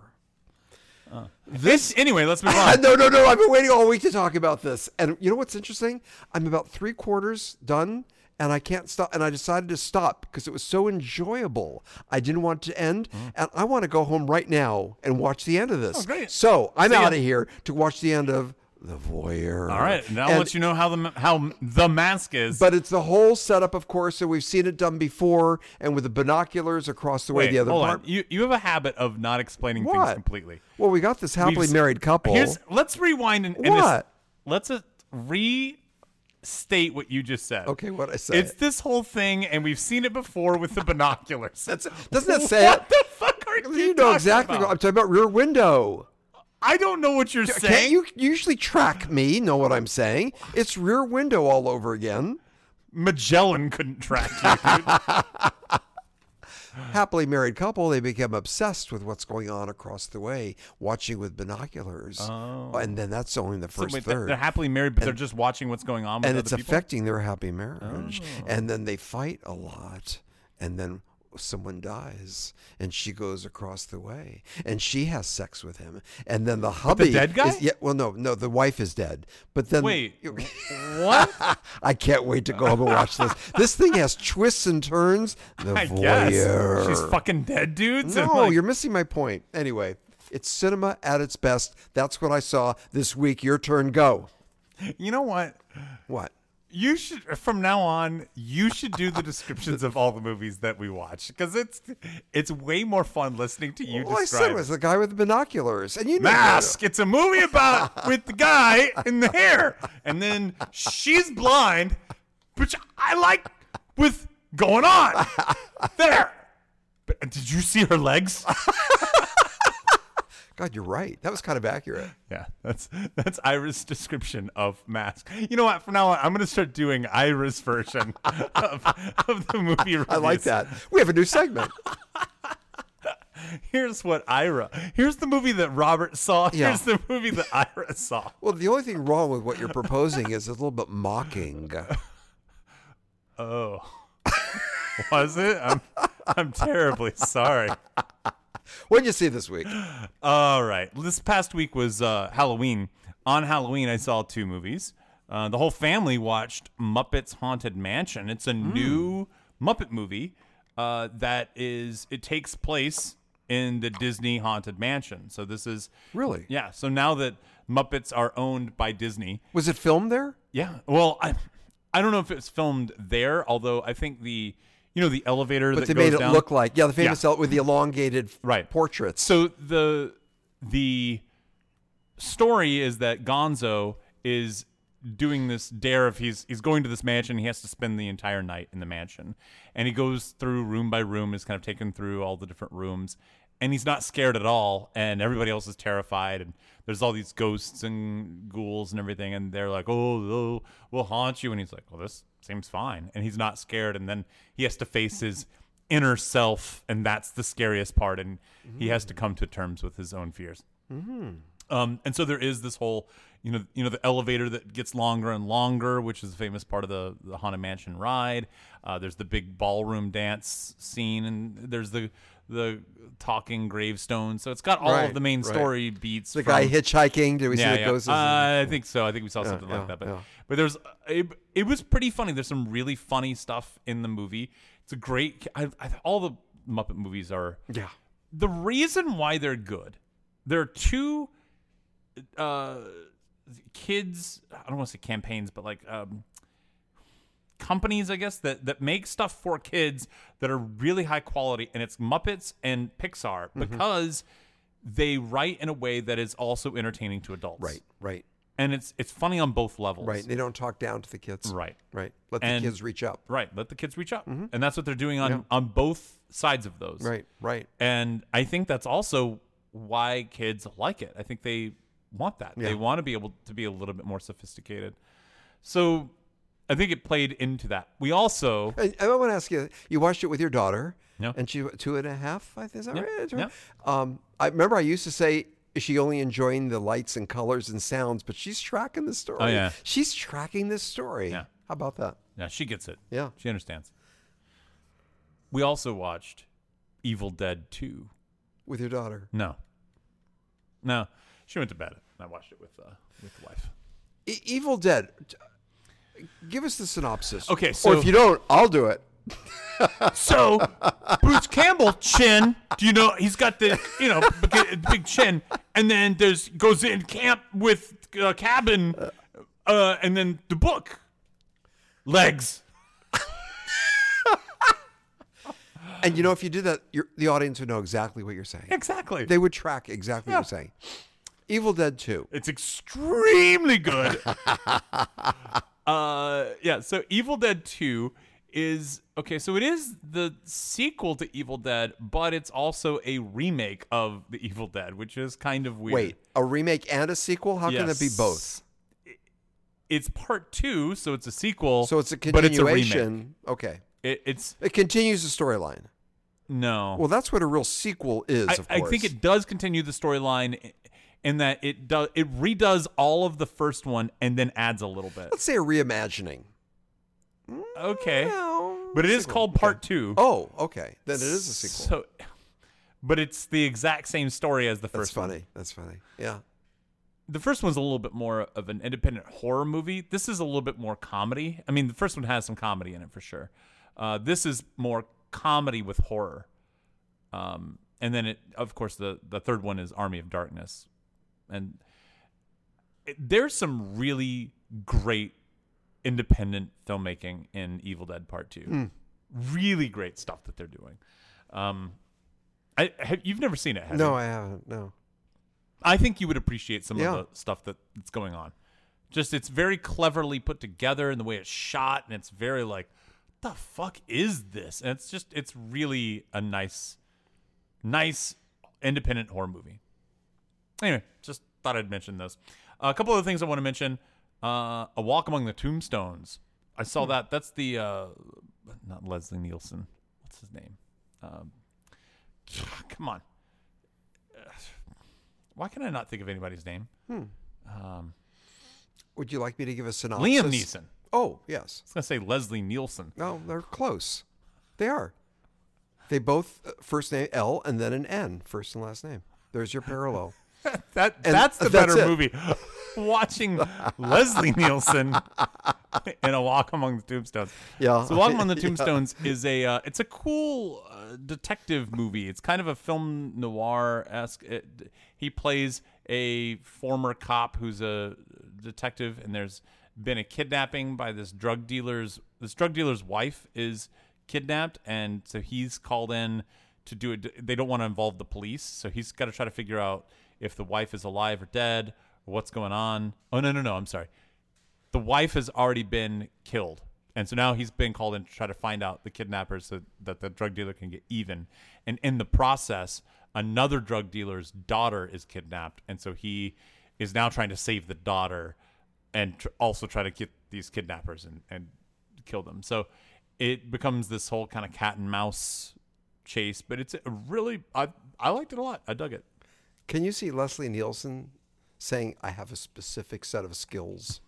B: This anyway. Let's move
A: Ah,
B: on.
A: no, no, no. I've been waiting all week to talk about this. And you know what's interesting? I'm about three quarters done and I can't stop. And I decided to stop because it was so enjoyable. I didn't want it to end. And I want to go home right now and watch the end of this.
B: Mm-hmm. Oh, great.
A: So I'm
B: ya.
A: out of here to watch the end of The Voyeur.
B: All right. Now
A: And-
B: I'll let you know how the ma- how the mask is.
A: But it's the whole setup, of course, and we've seen it done before, and with the binoculars across the way,
B: Wait,
A: the other
B: hold
A: part.
B: on. You you have a habit of not explaining things
A: What?
B: completely.
A: Well, we got this happily
B: We've-
A: married couple.
B: Here's let's rewind and, and
A: What?
B: es- let's uh, restate what you just said.
A: Okay, what I said.
B: It's this whole thing, and we've seen it before with the binoculars. That's
A: doesn't that
B: (laughs)
A: say
B: what
A: it?
B: the fuck are you?
A: you know
B: talking
A: exactly.
B: About?
A: What I'm talking about Rear Window.
B: I don't know what you're
A: Can't
B: saying.
A: you usually track me? Know what I'm saying? It's Rear Window all over again.
B: Magellan couldn't track you.
A: (laughs)
B: dude.
A: Happily married couple, they become obsessed with what's going on across the way, watching with binoculars. Oh. And then that's only the first
B: Wait, they're,
A: third.
B: they're happily married, but they're just watching what's going on. With
A: and
B: other
A: it's
B: people? Oh.
A: affecting their happy marriage. And then they fight a lot, and then someone dies, and she goes across the way, and she has sex with him, and then the hubby,
B: dead guy?
A: is- yeah, well, no, no, the wife is dead, but then
B: Wait, wh- what?
A: I can't wait to go home and watch
B: (laughs)
A: this. This thing has twists and turns. The (laughs)
B: I
A: voyeur.
B: guess she's fucking dead, (laughs) dudes.
A: no,
B: And, like,
A: you're missing my point. Anyway, it's cinema at its best. That's what I saw this week. Your turn. Go.
B: you know what?
A: What?
B: You should from now on. You should do the descriptions of all the movies that we watch because it's it's way more fun listening to you
A: All I
B: describe.
A: said was the guy with the binoculars, and you know
B: Mask. It's a
A: (laughs)
B: movie about with the guy in the hair, and then she's blind, which I like with going on there. But uh, did you see her legs?
A: God, you're right. That was kind of
B: (laughs)
A: accurate.
B: Yeah, that's that's Ira's description of mask. You know what? From now on, I'm gonna start doing
A: (laughs)
B: Ira's version of, of the movie.
A: I like
B: reviews.
A: that. We have a new segment.
B: Here's what Ira. Here's the movie that Robert saw.
A: Yeah.
B: Here's the movie that
A: (laughs)
B: Ira saw.
A: Well, the only thing wrong with what you're proposing is a little bit mocking.
B: Oh, was it? I'm I'm terribly sorry.
A: What did you see this week?
B: All right. This past week was uh, Halloween. On Halloween, I saw two movies. Uh, the whole family watched Muppets Haunted Mansion. It's a
A: Hmm.
B: new Muppet movie uh, that is. It takes place in the Disney Haunted Mansion. So this is
A: Really?
B: yeah. So now that Muppets are owned by Disney,
A: Was it filmed there?
B: yeah. Well, I I don't know if it's filmed there, although I think the you know the elevator
A: But
B: that
A: they made it
B: goes down-
A: look like yeah, the famous
B: Yeah.
A: el- with the elongated
B: Right.
A: portraits.
B: So the the story is that Gonzo is doing this dare of he's he's going to this mansion he has to spend the entire night in the mansion and he goes through room by room is kind of taken through all the different rooms and he's not scared at all and everybody else is terrified and there's all these ghosts and ghouls and everything and they're like oh, oh we'll haunt you and he's like well this seems fine and he's not scared and then he has to face his inner self and that's the scariest part and he has to come to terms with his own fears um, and so there is this whole, you know, you know, the elevator that gets longer and longer, which is a famous part of the, the Haunted Mansion ride. Uh, there's the big ballroom dance scene, and there's the the talking gravestone. So it's got all
A: Right,
B: of the main
A: right.
B: story beats.
A: the
B: from-
A: guy hitchhiking. Did we see the ghosts?
B: uh, I think so. I think we saw something
A: yeah,
B: like that. But
A: yeah.
B: but there's it, it was pretty funny. There's some really funny stuff in the movie. It's a great. I, I, all the Muppet movies are
A: yeah.
B: the reason why they're good there are two uh kids i don't want to say campaigns but like um companies i guess that that make stuff for kids that are really high quality and it's muppets and pixar
A: Mm-hmm.
B: because they write in a way that is also entertaining to adults
A: Right. Right.
B: and it's it's funny on both levels
A: Right. They don't talk down to the kids.
B: right
A: Right. Let
B: And-
A: the kids reach up.
B: right let the kids reach up and that's what they're doing on on both sides of those
A: Mm-hmm. Right. Right.
B: and I think that's also why kids like it. I think they want that. They want to be able to be a little bit more sophisticated. So I think it played into that. We also
A: And I want to ask you: You watched it with your daughter,
B: Yeah.
A: and she two and a half. I think is that right?
B: yeah.
A: Um, I remember I used to say is she only enjoying the lights and colors and sounds, but she's tracking the story.
B: Oh, yeah.
A: she's tracking this story.
B: Yeah.
A: How about that?
B: Yeah, she gets it.
A: Yeah.
B: She understands. We also watched Evil Dead 2.
A: With your daughter,
B: No. No. She went to bed. I watched it with uh, with the wife.
A: E- Evil Dead. t- Give us the synopsis.
B: Okay,
A: or
B: so-
A: if you don't, I'll do it.
B: So Bruce Campbell chin, do you know he's got the you know big, big chin, and then there's goes in camp with uh, cabin, uh, and then the book, legs.
A: And you know, if you do that, your, the audience would know exactly what you're saying.
B: Exactly.
A: They would track exactly what you're saying. Evil Dead Two.
B: It's extremely good. (laughs) uh, yeah, so Evil Dead 2 is okay, so it is the sequel to Evil Dead, but it's also a remake of the Evil Dead, which is kind of weird.
A: Wait, a remake and a sequel? How can it be
B: Yes.
A: both?
B: It- It's part two, so it's a sequel.
A: So it's a
B: but
A: continuation.
B: remake.
A: Okay.
B: It, it's
A: It continues the storyline.
B: no.
A: Well, that's what a real sequel is,
B: I,
A: of
B: I
A: course.
B: think it does continue the storyline i- in that it does it redoes all of the first one and then adds a little bit.
A: Let's say a reimagining.
B: Okay.
A: Well,
B: But it is
A: sequel.
B: called part two.
A: Oh, okay. Then it is a sequel.
B: So, but it's the exact same story as the
A: that's
B: first one.
A: funny. That's funny. Yeah.
B: The first one's a little bit more of an independent horror movie. This is a little bit more comedy. I mean, the first one has some comedy in it for sure. Uh, this is more comedy with horror. Um, and then, it, of course, the, the third one is Army of Darkness. And it, there's some really great independent filmmaking in Evil Dead Part 2. Really great stuff that they're doing. Um, I, have, you've never seen it, have you?
A: No, I haven't. No.
B: I think you would appreciate some
A: Yeah.
B: of the stuff that, that's going on. Just it's very cleverly put together and the way it's shot, and it's very like, the fuck is this? And it's just it's really a nice, nice independent horror movie. Anyway, just thought I'd mention those. a couple other things I want to mention: uh, a walk among the tombstones. I saw that. That's the uh, not Leslie Nielsen. What's his name? Um, (sighs) come on. Why can I not think of anybody's name? Um,
A: Would you like me to give a synopsis?
B: Liam Neeson.
A: Oh, yes.
B: I was gonna say Leslie Nielsen.
A: No, they're close. They are. They both uh, first name L and then an N, first and last name. There's your parallel.
B: (laughs) That
A: And
B: that's the
A: that's
B: better
A: it.
B: movie. (laughs) Watching Leslie (laughs) Nielsen in A Walk Among the Tombstones.
A: (laughs) Yeah.
B: So Walk Among the
A: (laughs) Yeah.
B: Tombstones is a uh, it's a cool uh, detective movie. It's kind of a film noir esque. He plays a former cop who's a detective, and there's been a kidnapping by this drug dealer's this drug dealer's wife is kidnapped, and so he's called in to do it. They don't want to involve the police, so he's got to try to figure out if the wife is alive or dead, or what's going on. Oh no no no! I'm sorry the wife has already been killed. And so now he's been called in to try to find out the kidnappers so that the drug dealer can get even. And in the process, another drug dealer's daughter is kidnapped. And so he is now trying to save the daughter and tr- also try to get these kidnappers and, and kill them. So it becomes this whole kind of cat and mouse chase. But it's a really, I, I liked it a lot. I dug it.
A: Can you see Leslie Nielsen saying, I have a specific set of skills?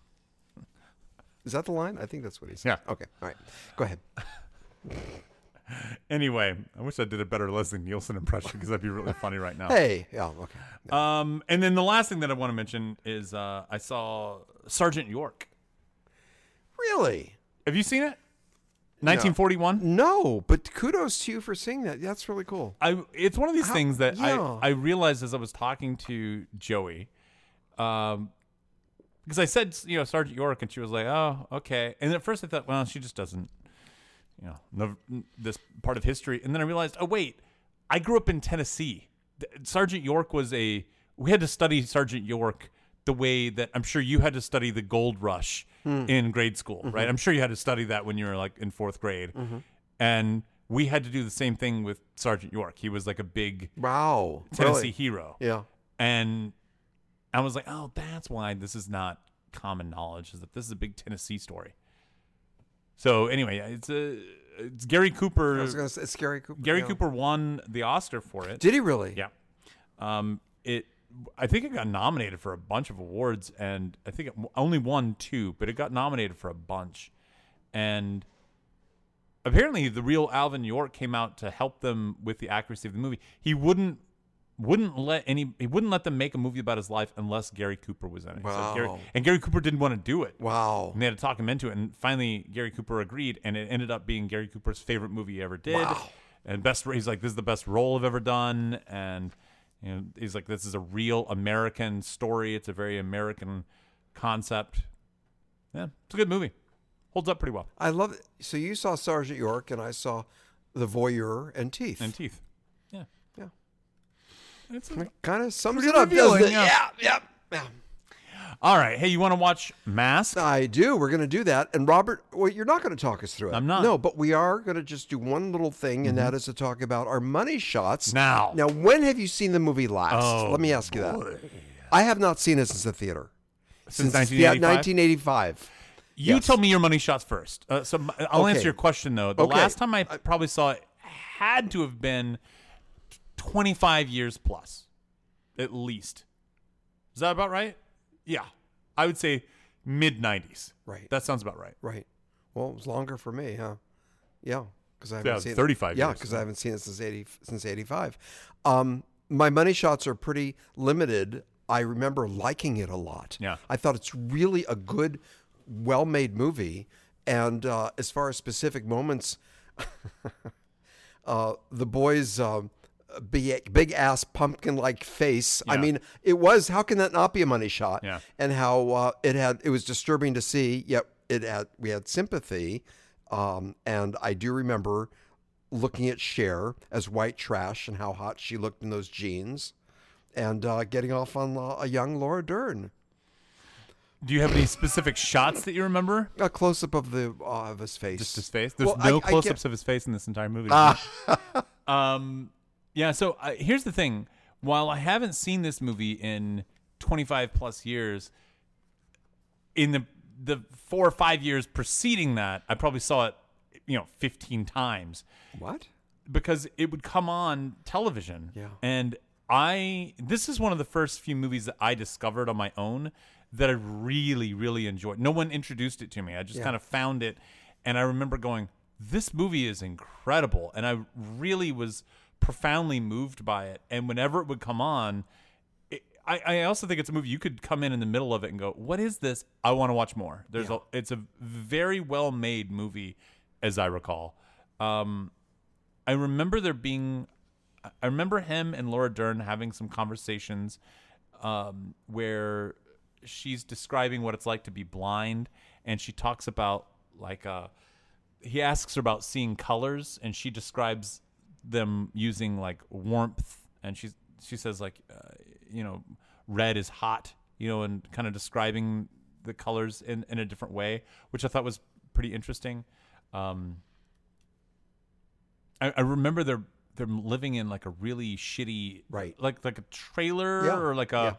A: Is that the line? I think that's what he said.
B: Yeah. Oh.
A: Okay. All right. Go ahead.
B: Anyway, I wish I did a better Leslie Nielsen impression because that'd be really funny right now.
A: Hey. Yeah. Okay.
B: Um, and then the last thing that I want to mention is uh, I saw Sergeant York.
A: Really?
B: Have you seen it? 1941.
A: No, but kudos to you for saying that. That's really cool.
B: I it's one of these things that
A: yeah.
B: I I realized as I was talking to Joey, um, because I said you know Sergeant York, and she was like, oh okay. And at first I thought, well, she just doesn't, you know, never, this part of history. And then I realized, oh wait, I grew up in Tennessee. Th- Sergeant York was a we had to study Sergeant York the way that I'm sure you had to study the gold rush in grade school, right? I'm sure you had to study that when you were like in fourth grade. And we had to do the same thing with Sergeant York. He was like a big
A: Wow.
B: Tennessee
A: Really?
B: hero.
A: Yeah.
B: And I was like, oh, that's why this is not common knowledge, is that this is a big Tennessee story. So anyway, it's a it's Gary Cooper.
A: I was going to say Scary Cooper.
B: Uh, Gary
A: yeah.
B: Cooper won the Oscar for it.
A: Did he really?
B: Yeah. Um, it. I think it got nominated for a bunch of awards, and I think it w- only won two, but it got nominated for a bunch. And apparently, the real Alvin York came out to help them with the accuracy of the movie. He wouldn't wouldn't let any he wouldn't let them make a movie about his life unless Gary Cooper was in it. So
A: Wow.
B: Gary- and Gary Cooper didn't want to do it.
A: Wow.
B: And they had to talk him into it. And finally, Gary Cooper agreed, and it ended up being Gary Cooper's favorite movie he ever did.
A: Wow.
B: And best, he's like, this is the best role I've ever done. And you know, he's like, this is a real American story. It's a very American concept. Yeah, it's a good movie. Holds up pretty well.
A: I love it. So you saw Sergeant York, and I saw The Voyeur and Teeth.
B: And teeth. Yeah.
A: Yeah.
B: It's
A: kind of sums
B: Pretty
A: it up, doesn't
B: revealing,
A: it?
B: yeah.
A: yeah, yeah.
B: all right. Hey, you want to watch Mask?
A: I do. We're going to do that. And Robert, well, you're not going to talk us through it.
B: I'm not. Mm-hmm.
A: No, but we are going to just do one little thing, and that is to talk about our money shots.
B: Now.
A: Now, when have you seen the movie last?
B: Oh,
A: Let me ask you that. I have not seen it since the theater.
B: Since
A: it's- yeah,
B: 1985?
A: 1985.
B: You
A: Yes.
B: tell me your money shots first. Uh, so m- I'll answer
A: Okay.
B: your question though. The
A: Okay.
B: last time I probably saw it had to have been twenty five years plus, at least. Is that about right? Yeah, I would say mid nineties.
A: Right.
B: That sounds about right.
A: Right. Well, it was longer for me, huh? Yeah, because I haven't
B: Yeah,
A: seen
B: 35
A: It. Yeah,
B: years.
A: because I haven't seen it since eighty since eighty five. Um, my money shots are pretty limited. I remember liking it a lot.
B: Yeah.
A: I thought it's really a good, well made movie. And uh, as far as specific moments, uh, the boy's um, big, big ass pumpkin like face. I
B: Yeah.
A: mean, it was how can that not be a money shot?
B: Yeah.
A: And how uh, it had it was disturbing to see. Yet it had we had sympathy, um, and I do remember looking at Cher as white trash and how hot she looked in those jeans, and uh, getting off on uh, a young Laura Dern.
B: Do you have any specific shots that you remember?
A: A close up of the uh, of his face.
B: Just his face. There's
A: Well, I- I
B: no
A: Ah. get-
B: close ups of his face in this entire movie. (laughs) um, yeah. So I, here's the thing. While I haven't seen this movie in 25 plus years, in the the four or five years preceding that, I probably saw it, you know, 15 times
A: What?
B: because it would come on television.
A: Yeah.
B: And I this is one of the first few movies that I discovered on my own that I really really enjoyed. No one introduced it to me. I just kind of found it and I remember going, this movie is incredible and I really was profoundly moved by it. And whenever it would come on, it, I, I also think it's a movie you could come in in the middle of it and go, "What is this? I want to watch more." There's a, it's a very well made movie, as I recall. Um, I remember there being, I remember him and Laura Dern having some conversations, um, where she's describing what it's like to be blind, and she talks about like uh, he asks her about seeing colors, and she describes them using like warmth, and she she says like, uh, you know, red is hot, you know, and kind of describing the colors in in a different way, which I thought was pretty interesting. Um, I, I remember they're they're living in like a really shitty
A: Right.
B: like like a trailer
A: Yeah,
B: or like a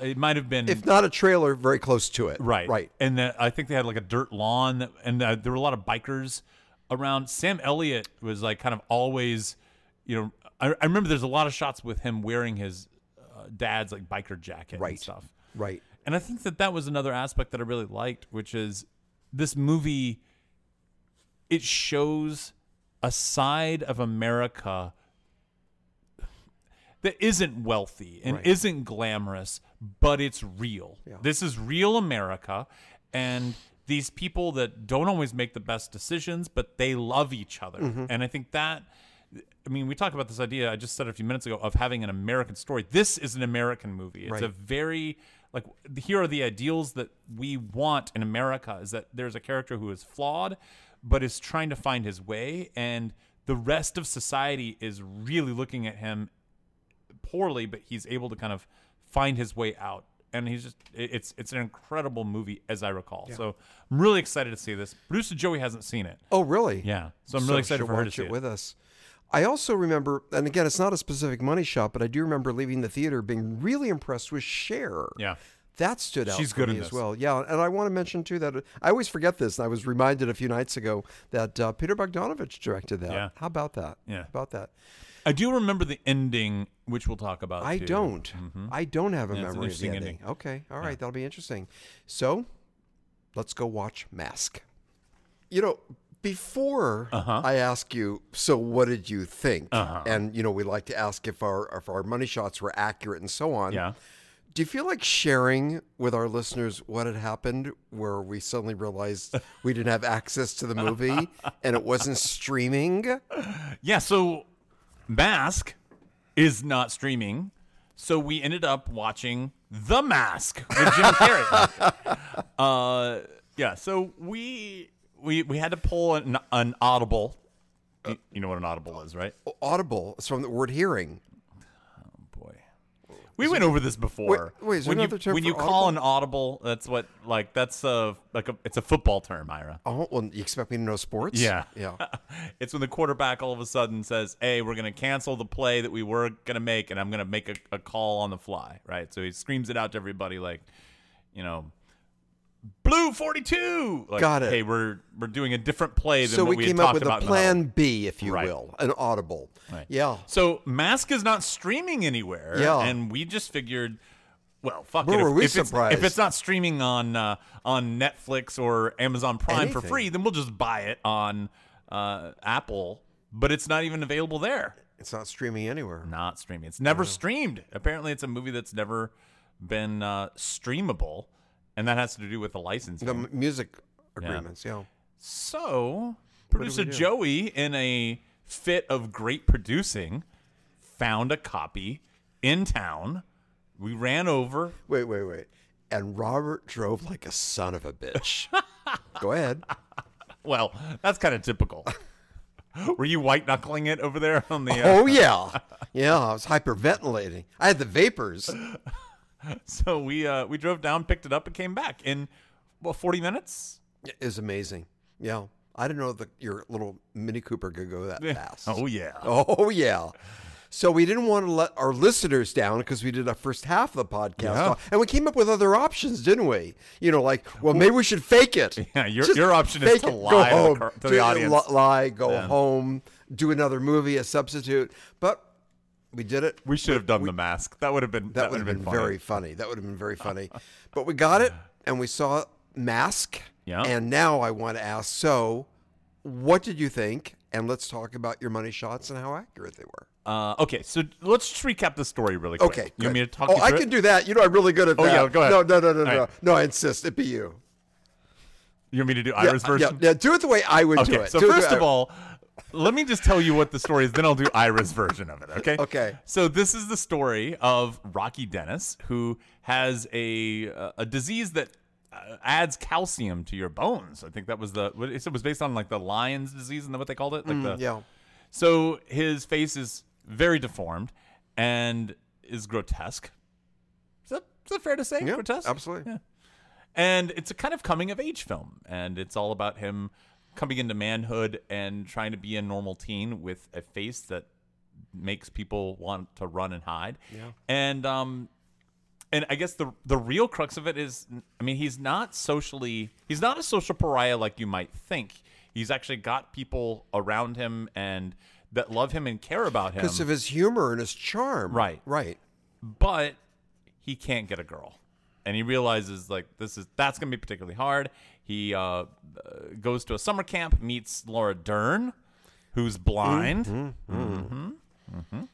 B: it might have been
A: If not a trailer, very close to it.
B: right
A: Right.
B: and then I think they had like a dirt lawn that, and uh, there were a lot of bikers around. Sam Elliott was like kind of always you know I, I remember there's a lot of shots with him wearing his uh, dad's like biker jacket and
A: Right.
B: stuff.
A: Right.
B: And I think that that was another aspect that I really liked, which is this movie. It shows a side of America that isn't wealthy and
A: Right.
B: isn't glamorous, but it's real. This is real America, and these people that don't always make the best decisions, but they love each other, and I think that. I mean, we talk about this idea I just said a few minutes ago of having an American story. This is an American movie. It's
A: Right.
B: a very like here are the ideals that we want in America is that there's a character who is flawed but is trying to find his way and the rest of society is really looking at him poorly but he's able to kind of find his way out and he's just it- it's it's an incredible movie as I recall. So I'm really excited to see this. Producer Joey hasn't seen it.
A: Oh, really?
B: Yeah. So I'm really
A: so
B: excited
A: she'll
B: for her to
A: watch
B: see
A: it with us. I also remember, and again, it's not a specific money shot, but I do remember leaving the theater being really impressed with Cher.
B: Yeah.
A: That stood out.
B: She's
A: for
B: good
A: me
B: in
A: as
B: this.
A: well. Yeah, and I want to mention too that I always forget this, and I was reminded a few nights ago that uh, Peter Bogdanovich directed that.
B: Yeah.
A: How about that?
B: Yeah.
A: about that.
B: I do remember the ending, which we'll talk about.
A: I
B: too.
A: don't. I don't have a
B: mm-hmm. Yeah, it's an
A: memory of the
B: interesting
A: ending. Okay, all right, that'll be interesting. So, let's go watch Mask. You know, before
B: Uh-huh.
A: I ask you, so what did you think? And you know, we like to ask if our if our money shots were accurate and so on.
B: Yeah.
A: Do you feel like sharing with our listeners what had happened where we suddenly realized we didn't have access to the
B: (laughs)
A: movie and it wasn't streaming?
B: Yeah, so Mask is not streaming. So we ended up watching The Mask with Jim Carrey.
A: (laughs)
B: uh, yeah, so we we we had to pull an, an audible. You, you know what an audible is, right? Oh
A: Audible, it's from the word hearing.
B: boy. We went over this before.
A: Wait- wait, is there
B: when you,
A: another term
B: when
A: for
B: you call an audible, that's what like that's a like a, it's a football term, Ira.
A: Oh, well, you expect me to know sports?
B: Yeah.
A: Yeah.
B: (laughs) it's when the quarterback all of a sudden says, "Hey, we're going to cancel the play that we were going to make, and I'm going to make a, a call on the fly." Right? So he screams it out to everybody, like, you know, "Blue 42." Like,
A: Got it.
B: Hey, we're we're doing a different play than
A: So
B: what
A: we,
B: we, had
A: came
B: talked
A: up with a
B: about in the huddle.
A: plan B, if you
B: Right.
A: will, an audible.
B: Right.
A: Yeah.
B: So Mask is not streaming anywhere.
A: Yeah.
B: And we just figured, well, fuck
A: Where
B: it.
A: were
B: if,
A: we
B: if it's-
A: surprised?
B: if it's not streaming on uh, on Netflix or Amazon Prime for
A: Anything.
B: free, then we'll just buy it on uh, Apple. But it's not even available there.
A: It's not streaming anywhere.
B: Not streaming. It's never streamed. Apparently, it's a movie that's never been uh, streamable, and that has to do with the licensing.
A: The m- music agreements, yeah.
B: So, producer
A: do?
B: Joey, in a fit of great producing, found a copy in town. We ran over.
A: Wait, wait, wait. And Robert drove like a son of a bitch.
B: (laughs)
A: Go ahead.
B: Well, that's kind of typical. (laughs) Were you white knuckling it over there on the? Uh,
A: Oh, yeah. Yeah, I was hyperventilating. I had the vapors. Oh.
B: So we uh, we drove down, picked it up, and came back in what forty minutes.
A: It was amazing. Yeah. I didn't know that your little Mini Cooper could go that fast.
B: Oh yeah.
A: (laughs) Oh, yeah. So we didn't want to let our listeners down because we did our first half of the podcast,
B: Yeah.
A: and we came up with other options, didn't we? You know, like, well, maybe we should fake it.
B: (laughs) Yeah, your-
A: Just
B: your option is
A: fake
B: to
A: it,
B: lie
A: go
B: to the
A: home,
B: cur- to the
A: do-
B: audience.
A: li- Lie, go home, do another movie, a substitute. But we did it.
B: We should have done the mask. That would have been that,
A: That would have been,
B: funny.
A: very funny. That would have been very
B: (laughs)
A: funny. but we got it, and we saw Mask.
B: Yeah.
A: And now I want to ask. So, what did you think? And let's talk about your money shots and how accurate they were.
B: Uh, okay, so let's just recap the story really quick.
A: Okay.
B: you want
A: good.
B: me to talk?
A: Oh,
B: you
A: I
B: through it?
A: can do that. You know, I'm really good at
B: Oh,
A: that.
B: yeah, go ahead.
A: No, no, no, no,
B: All
A: no,
B: right.
A: no. I insist. It be you.
B: You want me to do
A: Yeah,
B: Ira's version?
A: yeah, yeah, do it the way I would do
B: Okay,
A: it.
B: so
A: Do it the
B: first
A: way
B: of
A: I-
B: all, let me just tell you what the story is, then I'll do Ira's version of it, okay?
A: Okay.
B: So this is the story of Rocky Dennis, who has a uh, a disease that uh, adds calcium to your bones. I think that was the what- it was based on like the Lyme's disease and what they called it, like the
A: Mm, yeah.
B: So his face is very deformed and is grotesque. Is that, is that fair to say?
A: Yeah,
B: grotesque?
A: absolutely.
B: And it's a kind of coming of age film, and it's all about him coming into manhood and trying to be a normal teen with a face that makes people want to run and hide. Yeah. And um and I guess the the real crux of it is I mean, he's not socially he's not a social pariah like you might think. He's actually got people around him and that love him and care about him,
A: Because of his humor and his charm.
B: Right.
A: Right.
B: but he can't get a girl. And he realizes like this is that's going to be particularly hard. He uh, uh, goes to a summer camp, meets Laura Dern, who's blind.
A: Mm-hmm.
B: hmm hmm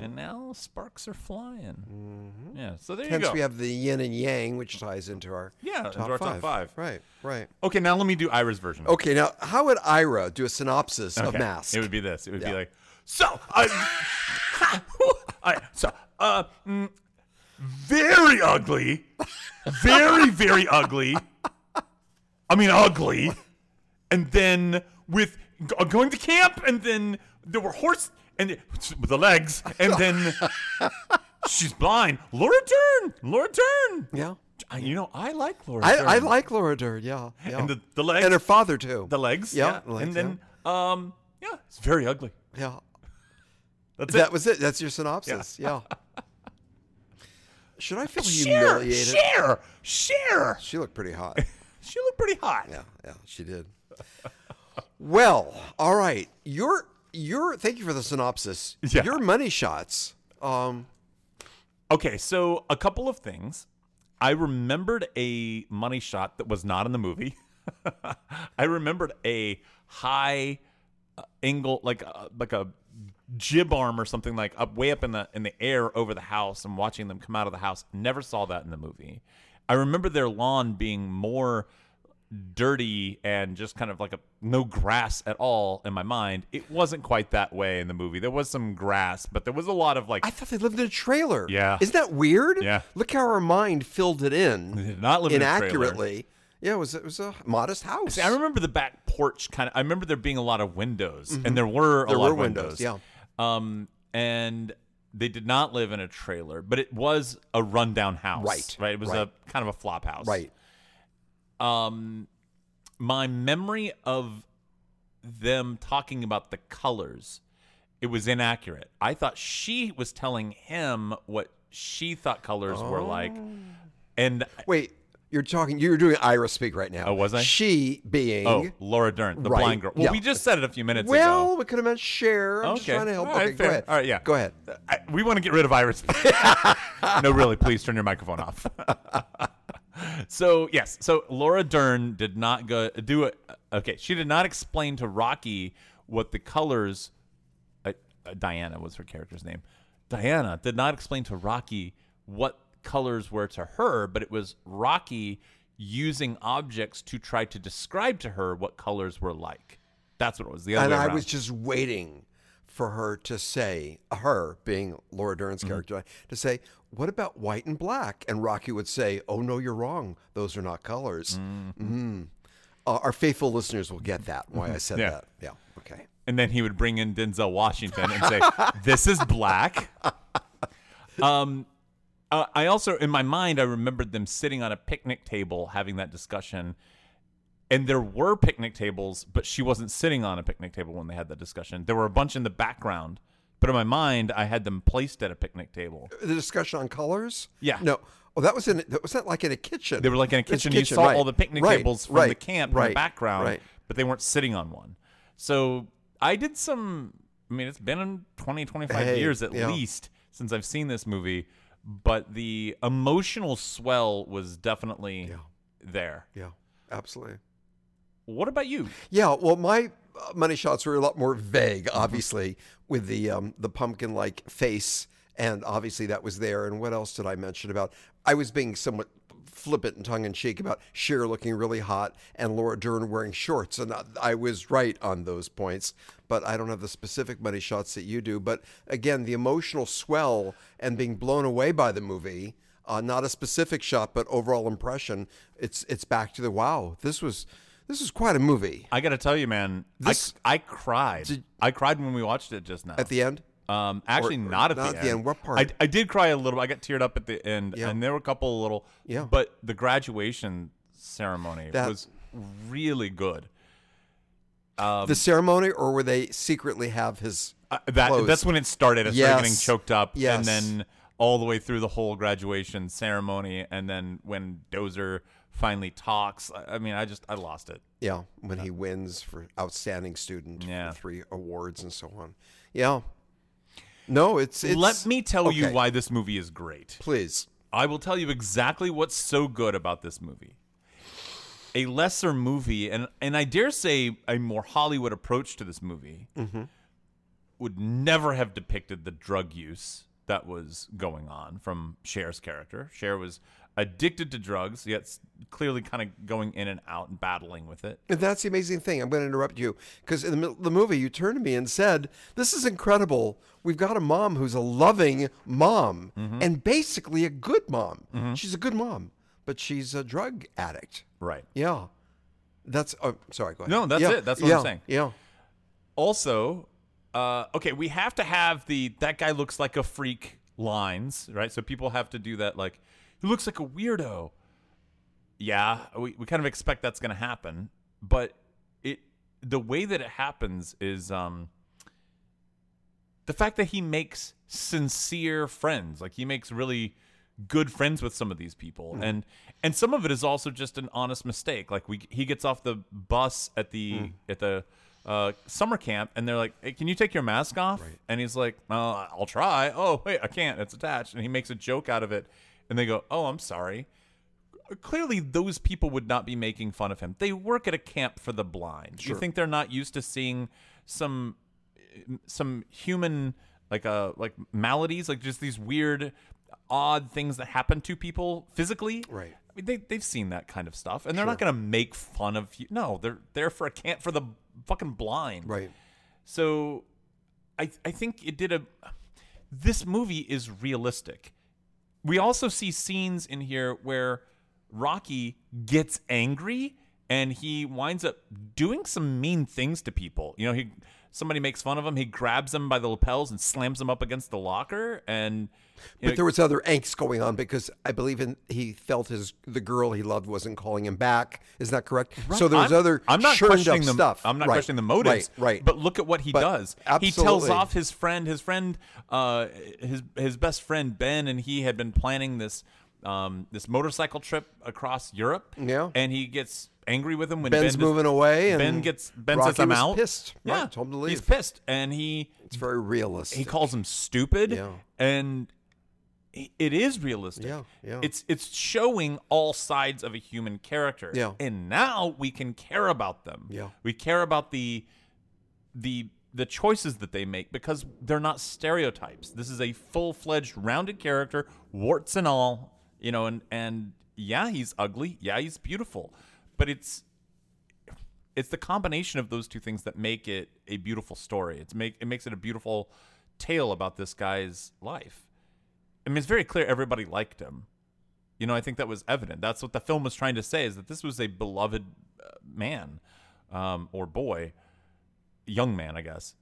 B: And now sparks are flying. Yeah, so there you
A: Mm-hmm. Hence,
B: go.
A: we have the yin and yang, which ties into our
B: Yeah, into
A: top,
B: our top
A: five.
B: five.
A: Right. Right.
B: okay, now let me do Ira's version.
A: Okay. Now, how would Ira do a synopsis of
B: Okay.
A: Mask?
B: It would be this. It would be like, so I, (laughs) I so uh, mm, very ugly, very very ugly. I mean ugly, and then with g- going to camp, and then there were horse and it- with the legs, and then
A: (laughs)
B: she's blind. Laura Dern, Laura Dern.
A: yeah.
B: I, you know I like Laura. Dern.
A: I, I like Laura Dern. Yeah. yeah.
B: and the, the legs
A: And her father too.
B: the legs.
A: Yeah,
B: Yeah,
A: the legs,
B: and then um yeah, it's very ugly.
A: yeah.
B: That's it.
A: That was it. That's your synopsis. Yeah. Should I feel
B: Cher,
A: humiliated?
B: Cher, Cher.
A: She looked pretty hot.
B: She looked pretty hot.
A: Yeah, yeah, she did. well, all right. Your your thank you for the synopsis.
B: Yeah.
A: Your money shots. Um
B: Okay, so a couple of things. I remembered a money shot that was not in the movie. (laughs) I remembered a high uh, angle, like uh, like a jib arm or something, like up way up in the in the air over the house, and watching them come out of the house. Never saw that in the movie. I remember their lawn being more dirty and just kind of like a no grass at all in my mind. It wasn't quite that way in the movie. There was some grass, but there was a lot of like
A: I thought they lived in a trailer.
B: Yeah.
A: Isn't that weird?
B: Yeah.
A: Look how our mind filled it in
B: did not live in a trailer.
A: inaccurately. Yeah, it was it was a modest house.
B: I remember the back porch kind of. I remember there being a lot of windows, and there were a
A: Mm-hmm. There
B: lot
A: were
B: of windows.
A: windows,
B: Yeah. Um, and they did not live in a trailer, but it was a rundown house.
A: Right,
B: Right. It was
A: right.
B: a kind of a flop house.
A: right.
B: Um, my memory of them talking about the colors, it was inaccurate. I thought she was telling him what she thought colors were like,
A: Oh.
B: and
A: Wait, you're talking you're doing Ira speak right now.
B: Oh, was I?
A: She being
B: oh, Laura Dern, the
A: Right,
B: blind girl. Well,
A: yeah.
B: we just said it a few minutes ago.
A: Well, we could have meant share. I'm just
B: Okay.
A: trying to help.
B: All right,
A: okay, go
B: fair.
A: ahead.
B: All right, yeah.
A: Go ahead.
B: I, we want to get rid of Iris. (laughs) no, really, please turn your microphone off. (laughs) so yes, so Laura Dern did not go do it. Okay, she did not explain to Rocky what the colors. Uh, uh, Diana was her character's name. Diana did not explain to Rocky what colors were to her, but it was Rocky using objects to try to describe to her what colors were like. That's what it was. The other
A: and
B: way
A: I
B: around.
A: was just waiting for her to say, her being Laura Dern's
B: Mm-hmm.
A: character, to say, "What about white and black?" And Rocky would say, "Oh no, you're wrong. Those are not colors." Mm.
B: Mm-hmm.
A: Uh, our faithful listeners will get that. Why I said
B: Yeah.
A: that. Yeah. Okay.
B: and then he would bring in Denzel Washington and say, "This is black." Um, uh, I also, in my mind, I remembered them sitting on a picnic table having that discussion, and there were picnic tables, but she wasn't sitting on a picnic table when they had that discussion. There were a bunch in the background, but in my mind, I had them placed at a picnic table.
A: The discussion on colors.
B: Yeah.
A: No. Oh, that was in. That was not like in a kitchen.
B: They were like in a
A: It's
B: kitchen. you saw
A: right,
B: all the picnic
A: right,
B: tables from the
A: right,
B: camp in the
A: right,
B: background,
A: Right.
B: but they weren't sitting on one. So I did some. I mean, it's been 20, 25
A: Hey,
B: years at
A: yeah.
B: least since I've seen this movie, but the emotional swell was definitely
A: Yeah.
B: there.
A: Yeah. Absolutely.
B: What about you?
A: Yeah, well, my uh, money shots were a lot more vague, obviously, with the um, the pumpkin like face, and obviously that was there. And what else did I mention about? I was being somewhat flippant and tongue in cheek about Cher looking really hot and Laura Dern wearing shorts, and I- I was right on those points. But I don't have the specific money shots that you do. But again, the emotional swell and being blown away by the movie. Uh, not a specific shot, but overall impression. It's it's back to the wow. This was this was quite a movie.
B: I got to tell you, man,
A: This-
B: I, I cried. I cried when we watched it just now.
A: at the end.
B: Um, actually,
A: Or- or
B: not at
A: not
B: the
A: at
B: end.
A: the end. What part?
B: I, I did cry a little. I got teared up at the end,
A: Yeah.
B: and there were a couple of little.
A: Yeah.
B: But the graduation ceremony
A: That-
B: was really good. Um,
A: the ceremony, or were they secretly have his?
B: Uh, that
A: Close.
B: that's when it started. I started getting
A: Yes.
B: choked up, and
A: Yes.
B: then all the way through the whole graduation ceremony, and then when Dozer finally talks. I, I mean, I just I lost it.
A: yeah, when he wins for outstanding student, for
B: Yeah.
A: three awards and so on. Yeah. No, it's it's.
B: Let me tell you
A: okay.
B: why this movie is great.
A: please.
B: I will tell you exactly what's so good about this movie. A lesser movie, and and I dare say a more Hollywood approach to this movie would never have depicted the drug use that was going on from Cher's character. Cher was addicted to drugs, yet s- clearly kind of going in and out and battling with it.
A: And that's the amazing thing. I'm going to interrupt you because in the middle of the movie, you turned to me and said, "This is incredible. We've got a mom who's a loving mom
B: Mm-hmm.
A: and basically a good mom. She's a good mom, but she's a drug addict.
B: Right.
A: Yeah, that's. Oh, sorry. Go ahead.
B: No, that's
A: Yeah,
B: it. That's what I'm
A: yeah,
B: saying.
A: Yeah.
B: also uh, okay we have to have the that guy looks like a freak lines right so people have to do that like he looks like a weirdo yeah we, we kind of expect that's going to happen but it the way that it happens is um the fact that he makes sincere friends like he makes really good friends with some of these people and and some of it is also just an honest mistake like we he gets off the bus at the at the uh, summer camp and they're like hey, can you take your mask off and he's like uh, i'll try oh wait i can't it's attached and he makes a joke out of it and they go oh i'm sorry clearly those people would not be making fun of him they work at a camp for the blind you think they're not used to seeing some some human like uh like maladies like just these weird odd things that happen to people physically
A: Right.
B: I mean, they, they've seen that kind of stuff and they're not gonna make fun of you no they're there for a camp for the fucking blind
A: Right.
B: so I I think it did a this movie is realistic. We also see scenes in here where Rocky gets angry and he winds up doing some mean things to people. You know, he somebody makes fun of him, he grabs them by the lapels and slams them up against the locker and you
A: But there was other angst going on because I believe in he felt his the girl he loved wasn't calling him back. Is that correct? So there was
B: I'm-
A: other
B: I'm not
A: churned up
B: questioning the,
A: stuff.
B: I'm not
A: Right,
B: questioning the motives.
A: Right. Right.
B: But look at what he does. He tells
A: absolutely.
B: off his friend, his friend, uh, his his best friend Ben, and he had been planning this um, this motorcycle trip across Europe.
A: Yeah.
B: And he gets angry with him when
A: Ben's
B: ben does-
A: moving away, and
B: ben gets Ben
A: Rocky
B: says I'm
A: was
B: out.
A: Pissed.
B: Yeah.
A: Right, told him to
B: He's
A: leave.
B: pissed, and he
A: It's very realistic.
B: he calls him stupid.
A: Yeah.
B: And i- it is realistic.
A: Yeah, yeah.
B: It's it's showing all sides of a human character.
A: Yeah.
B: And now we can care about them.
A: Yeah.
B: We care about the the the choices that they make because they're not stereotypes. This is a full-fledged rounded character, warts and all, you know, and and yeah, he's ugly. Yeah, he's beautiful. But it's it's the combination of those two things that make it a beautiful story. It's make it makes it a beautiful tale about this guy's life. I mean, it's very clear everybody liked him. You know, I think that was evident. That's what the film was trying to say: is that this was a beloved uh, man um, or boy, young man, I guess.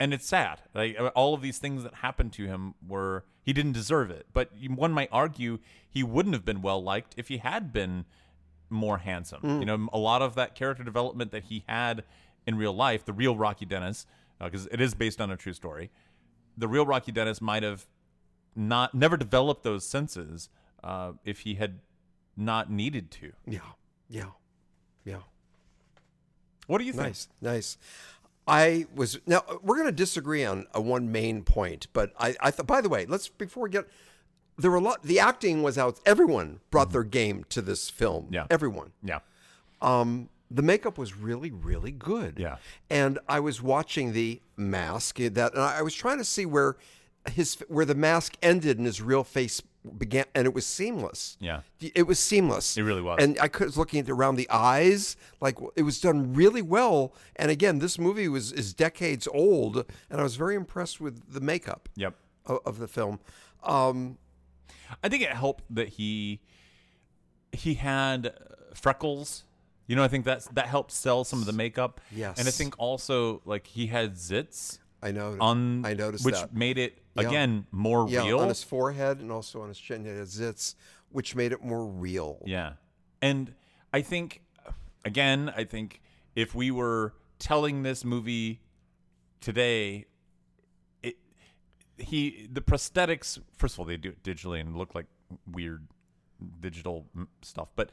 B: And it's sad. Like uh, all of these things that happened to him were he didn't deserve it. But you- one might argue he wouldn't have been well liked if he had been more handsome. You know, a lot of that character development that he had in real life, the real Rocky Dennis, because it is based on a true story. The real Rocky Dennis might have not never developed those senses uh, if he had not needed to.
A: Yeah. Yeah. Yeah.
B: What do you think?
A: Nice, nice. I was now we're going to disagree on a one main point, but I, I thought. By the way, let's before we get there were a lot. The acting was out. Everyone brought their game to this film.
B: Mm-hmm. Yeah.
A: everyone.
B: Yeah.
A: Um, the makeup was really, really good.
B: Yeah.
A: and I was watching the mask eh, that, and I was trying to see where his where the mask ended and his real face began, and it was seamless.
B: Yeah.
A: It was seamless.
B: It really was.
A: And I could, was looking at around the eyes, like it was done really well. And again, this movie was is decades old, and I was very impressed with the makeup
B: Yep.
A: of, of the film. Um,
B: I think it helped that he he had uh, freckles. You know, I think that's that helped sell some of the makeup.
A: Yes.
B: And I think also like he had zits
A: I know.
B: on
A: I noticed
B: which
A: that.
B: made it again more
A: Yeah,
B: real.
A: on his forehead and also on his chin, it had zits, which made it more real.
B: Yeah. And I think, again, I think if we were telling this movie today, it he the prosthetics. First of all, they do it digitally and look like weird digital m- stuff. But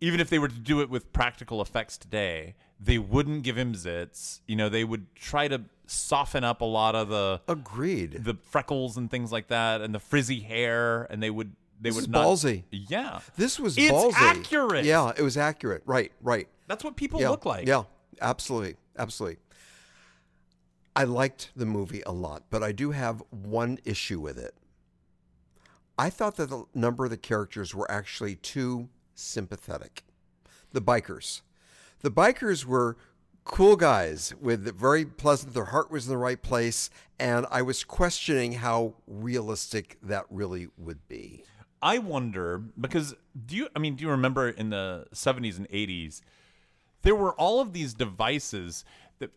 B: even if they were to do it with practical effects today, they wouldn't give him zits. You know, they would try to soften up a lot of the
A: Agreed.
B: the freckles and things like that, and the frizzy hair, and they would they
A: This
B: would
A: is
B: not,
A: ballsy.
B: Yeah,
A: This was
B: It's
A: ballsy.
B: accurate.
A: Yeah, it was accurate. Right, right.
B: That's what people
A: yeah,
B: look like.
A: Yeah, absolutely, absolutely. I liked the movie a lot, but I do have one issue with it. I thought that the number of the characters were actually too sympathetic. The bikers, the bikers were cool guys with very pleasant. Their heart was in the right place, and I was questioning how realistic that really would be.
B: I wonder because do you I mean do you remember in the 70s and 80s there were all of these devices that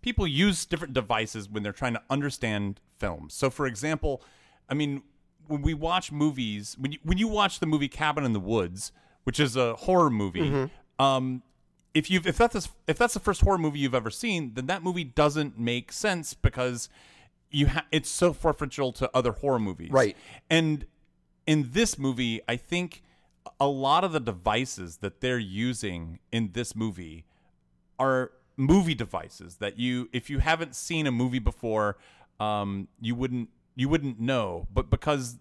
B: people use different devices when they're trying to understand films. So for example, I mean when we watch movies, when you, when you watch the movie Cabin in the Woods, which is a horror movie, um if you if that's if that's the first horror movie you've ever seen, then that movie doesn't make sense because you ha- it's so referential to other horror movies
A: Right.
B: and in this movie i think a lot of the devices that they're using in this movie are movie devices that you if you haven't seen a movie before um, you wouldn't you wouldn't know but because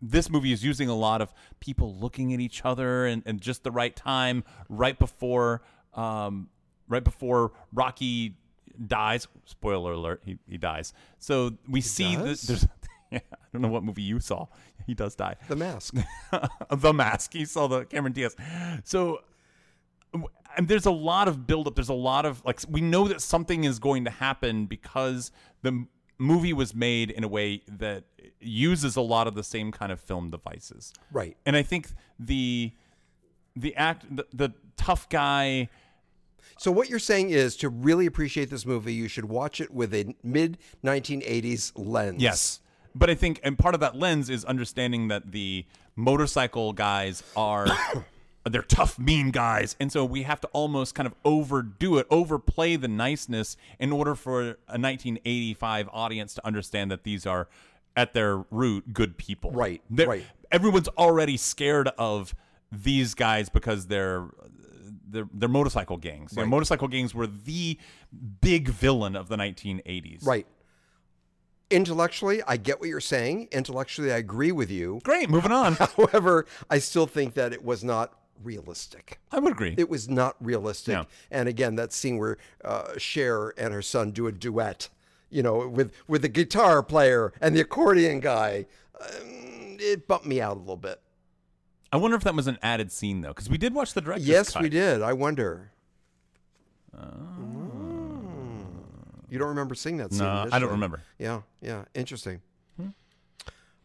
B: this movie is using a lot of people looking at each other and, and just the right time right before um, right before rocky dies spoiler alert he, he dies so we see that
A: does?
B: there's (laughs) yeah, i don't know what movie you saw he does die
A: The mask.
B: (laughs) the mask. He saw the Cameron Diaz. So w- and there's a lot of buildup. There's a lot of like we know that something is going to happen because the m- movie was made in a way that uses a lot of the same kind of film devices.
A: Right.
B: And I think the the act the, the tough guy
A: So what you're saying is to really appreciate this movie, you should watch it with a mid 1980s lens.
B: Yes. But I think, and part of that lens is understanding that the motorcycle guys are. (coughs) They're tough, mean guys, and so we have to almost kind of overdo it, overplay the niceness, in order for a 1985 audience to understand that these are, at their root, good people.
A: Right,
B: They're-
A: right.
B: Everyone's already scared of these guys because they're they're, they're motorcycle gangs. Their motorcycle gangs were the big villain of the 1980s.
A: Right. Intellectually, I get what you're saying. Intellectually, I agree with you. (laughs)
B: Great. Moving on.
A: However, I still think that it was not realistic.
B: I would agree.
A: It was not realistic.
B: No.
A: And again, that scene where uh, Cher and her son do a duet, you know, with with the guitar player and the accordion guy, um, it bumped me out a little bit.
B: I wonder if that was an added scene though, because we did watch the director's
A: yes,
B: cut. Oh.
A: we did. I wonder. You don't remember seeing that scene?
B: No, I don't
A: initially.
B: remember. Hmm.
A: Yeah, yeah, interesting.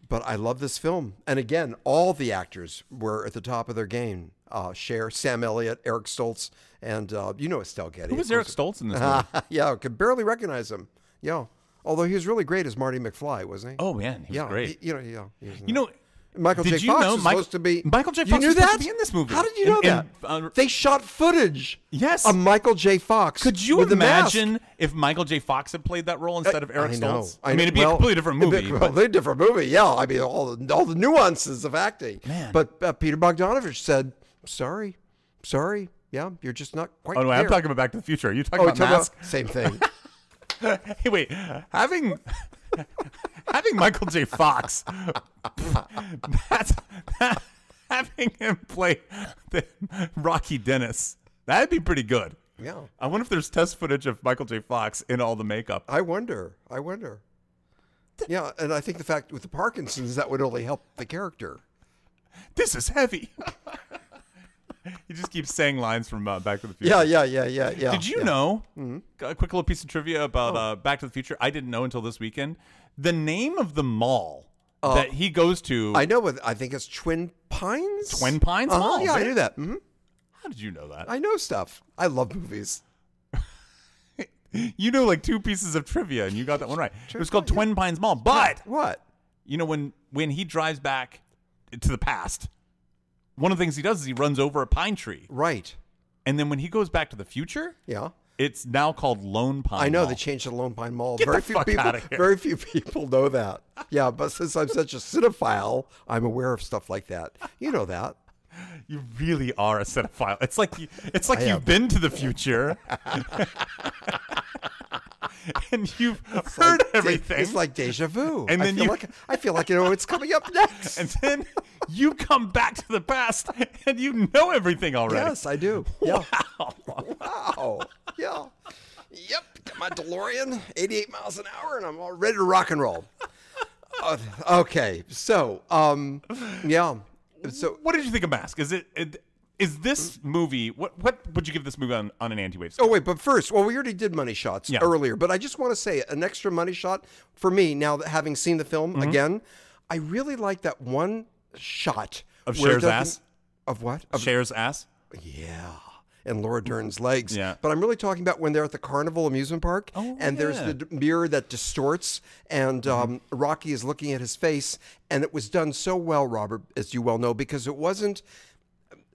A: But I love this film, and again, all the actors were at the top of their game. Uh, Cher, Sam Elliott, Eric Stoltz, and uh, you know Estelle Getty.
B: Who
A: of
B: was
A: (laughs) course.
B: Eric Stoltz in this
A: Uh-huh.
B: movie?
A: yeah, I could barely recognize him. Yeah, although he was really great as Marty McFly, wasn't he?
B: Oh man, he was
A: yeah,
B: great.
A: he- you know, yeah. he was in
B: you
A: that.
B: know,
A: Michael
B: did
A: J.
B: you
A: Fox
B: know
A: was
B: Michael-
A: supposed to be.
B: Michael J.
A: You
B: Fox
A: knew
B: was
A: that?
B: supposed to be in this movie.
A: How did you
B: And-
A: know that?
B: and, uh,
A: they shot footage.
B: Yes.
A: of Michael J. Fox.
B: could you
A: with the mask.
B: imagine if Michael J. Fox had played that role instead of Eric
A: I know.
B: Stoltz? I mean, it'd be a
A: well, (laughs)
B: completely different
A: it'd be
B: movie.
A: a
B: but-
A: completely different movie. Yeah, I mean, all the, all the nuances of acting.
B: Man.
A: But uh, Peter Bogdanovich said, "Sorry, sorry. Yeah, you're just not quite."
B: oh no, I'm
A: there."
B: talking about Back to the Future. Are you talking
A: Oh,
B: about
A: you're talking
B: Mask?
A: about- same
B: (laughs)
A: thing.
B: hey, wait, having (laughs) having Michael J. Fox, (laughs) that's that- having him play the Rocky Dennis. That'd be pretty good.
A: Yeah.
B: I wonder if there's test footage of Michael J. Fox in all the makeup.
A: I wonder. I wonder. Yeah, and I think the fact with the Parkinson's that would only help the character.
B: This is heavy. (laughs) he just keeps saying lines from uh, Back to the Future.
A: Yeah, yeah, yeah, yeah, yeah.
B: Did you
A: yeah. Mm-hmm. Oh.
B: know? A quick little piece of trivia about uh, Back to the Future. I didn't know until this weekend. The name of the mall that he goes to.
A: Oh. I know, but I think it's Twin Pines.
B: Twin Pines
A: Uh-huh,
B: Mall,
A: Yeah, I
B: right?
A: knew that. hmm
B: how did you know that?
A: I know stuff. I love movies.
B: you know like two pieces of trivia and you got that one right. It was called Twin Pines Mall. But
A: What?
B: you know when when he drives back to the past, one of the things he does is he runs over a pine tree.
A: Right.
B: And then when he goes back to the future,
A: Yeah.
B: it's now called Lone Pine.
A: I know
B: Mall.
A: they changed the Lone Pine Mall.
B: Get the
A: very few
B: fuck
A: people.
B: outta here.
A: Very few people know that. Yeah, but since I'm such a cinephile, I'm aware of stuff like that. You know that.
B: you really are a cinephile. It's like you, it's like
A: I
B: you've
A: am.
B: been to the future. (laughs) and you've heard
A: Like,
B: everything.
A: It's like deja vu.
B: And then
A: I feel
B: you-
A: like I feel like you know what's coming
B: (laughs)
A: up next.
B: and then you come back to the past and you know everything already.
A: Yes, I
B: (laughs)
A: do. Yeah. Wow. Yeah. Yep. Got my DeLorean, 88 miles an hour, and I'm all ready to rock and roll. Uh, okay. So, um, yeah. So,
B: What did you think of Mask? Is it, it is this movie? What what would you give this movie on, on an anti-wave?
A: oh
B: Scale?
A: wait, but first, well, we already did money shots
B: Yeah.
A: earlier, but I just want to say an extra money shot for me now that having seen the film
B: Mm-hmm.
A: again, I really like that one shot
B: Of
A: where it
B: Cher's
A: doesn't-
B: ass?
A: Of what? Of
B: Cher's ass.
A: Yeah. And Laura Dern's legs.
B: Yeah. Oh,
A: But I'm really talking about when they're at the carnival amusement park and there's
B: yeah. Mm-hmm.
A: the d- mirror that distorts and um, Rocky is looking at his face. And it was done so well, Robert, as you well know, because it wasn't.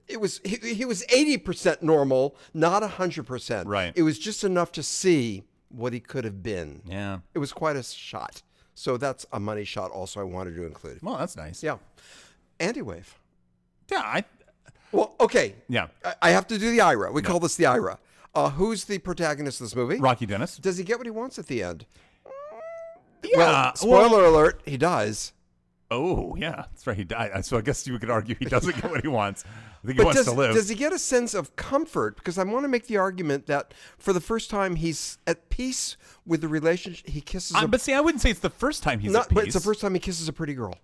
A: It was he, he was eighty percent normal, not hundred percent.
B: Right.
A: It was just enough to see what he could have been.
B: Yeah.
A: It was quite a shot. So that's a money shot also I wanted to include.
B: Well, that's nice.
A: Yeah. Anti-wave.
B: Yeah. I.
A: Well, okay.
B: Yeah.
A: I, I have to do the Ira. We call this the Ira. Uh, who's the protagonist of this movie?
B: Rocky Dennis.
A: Does he get what he wants at the end?
B: Yeah.
A: well, spoiler alert, he dies.
B: oh, yeah. That's right. He died. So I guess you could argue he doesn't get what he wants. I think he
A: But
B: wants
A: does,
B: to live.
A: does he get a sense of comfort? Because I want to make the argument that for the first time he's at peace with the relationship. He kisses
B: Uh,
A: a
B: but see, I wouldn't say it's the first time he's
A: (laughs) not,
B: at peace.
A: but it's the first time he kisses a pretty girl.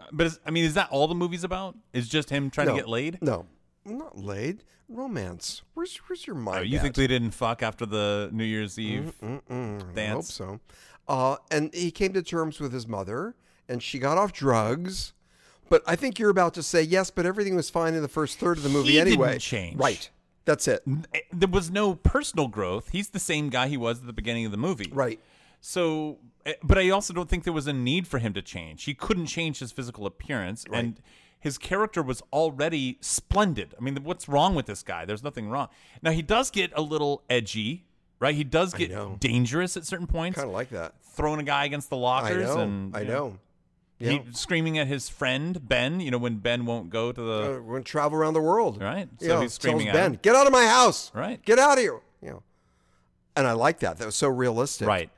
B: Uh, But is, I mean, is that all the movie's about? Is just him trying
A: No.
B: to get laid?
A: No, not laid. Romance. Where's where's your mind?
B: Oh, you
A: at?
B: think they didn't fuck after the New Year's Eve
A: I hope
B: dance?
A: so. Uh, and he came to terms with his mother, and she got off drugs. But I think you're about to say yes, but everything was fine in the first third of the movie
B: He didn't
A: anyway.
B: change.
A: Right. That's it.
B: Eh, There was no personal growth. He's the same guy he was at the beginning of the movie.
A: Right.
B: So, eh, but I also don't think there was a need for him to change. He couldn't change his physical appearance, and his character was already splendid. I mean, what's wrong with this guy? There's nothing wrong. Now he does get a little edgy, right? He does
A: know.
B: get dangerous at certain points,
A: Kind of like that.
B: throwing a guy against the
A: I
B: lockers,
A: know.
B: and
A: I
B: you
A: know.
B: he, screaming at his friend Ben. You know, when Ben won't go to the
A: Uh, we're gonna travel around the world.
B: Right.
A: You
B: So
A: know,
B: he's screaming
A: tells
B: at
A: Ben,
B: him.
A: "Get out of my house!
B: Right.
A: Get out of here!" You know. And I like that. That was so realistic.
B: right.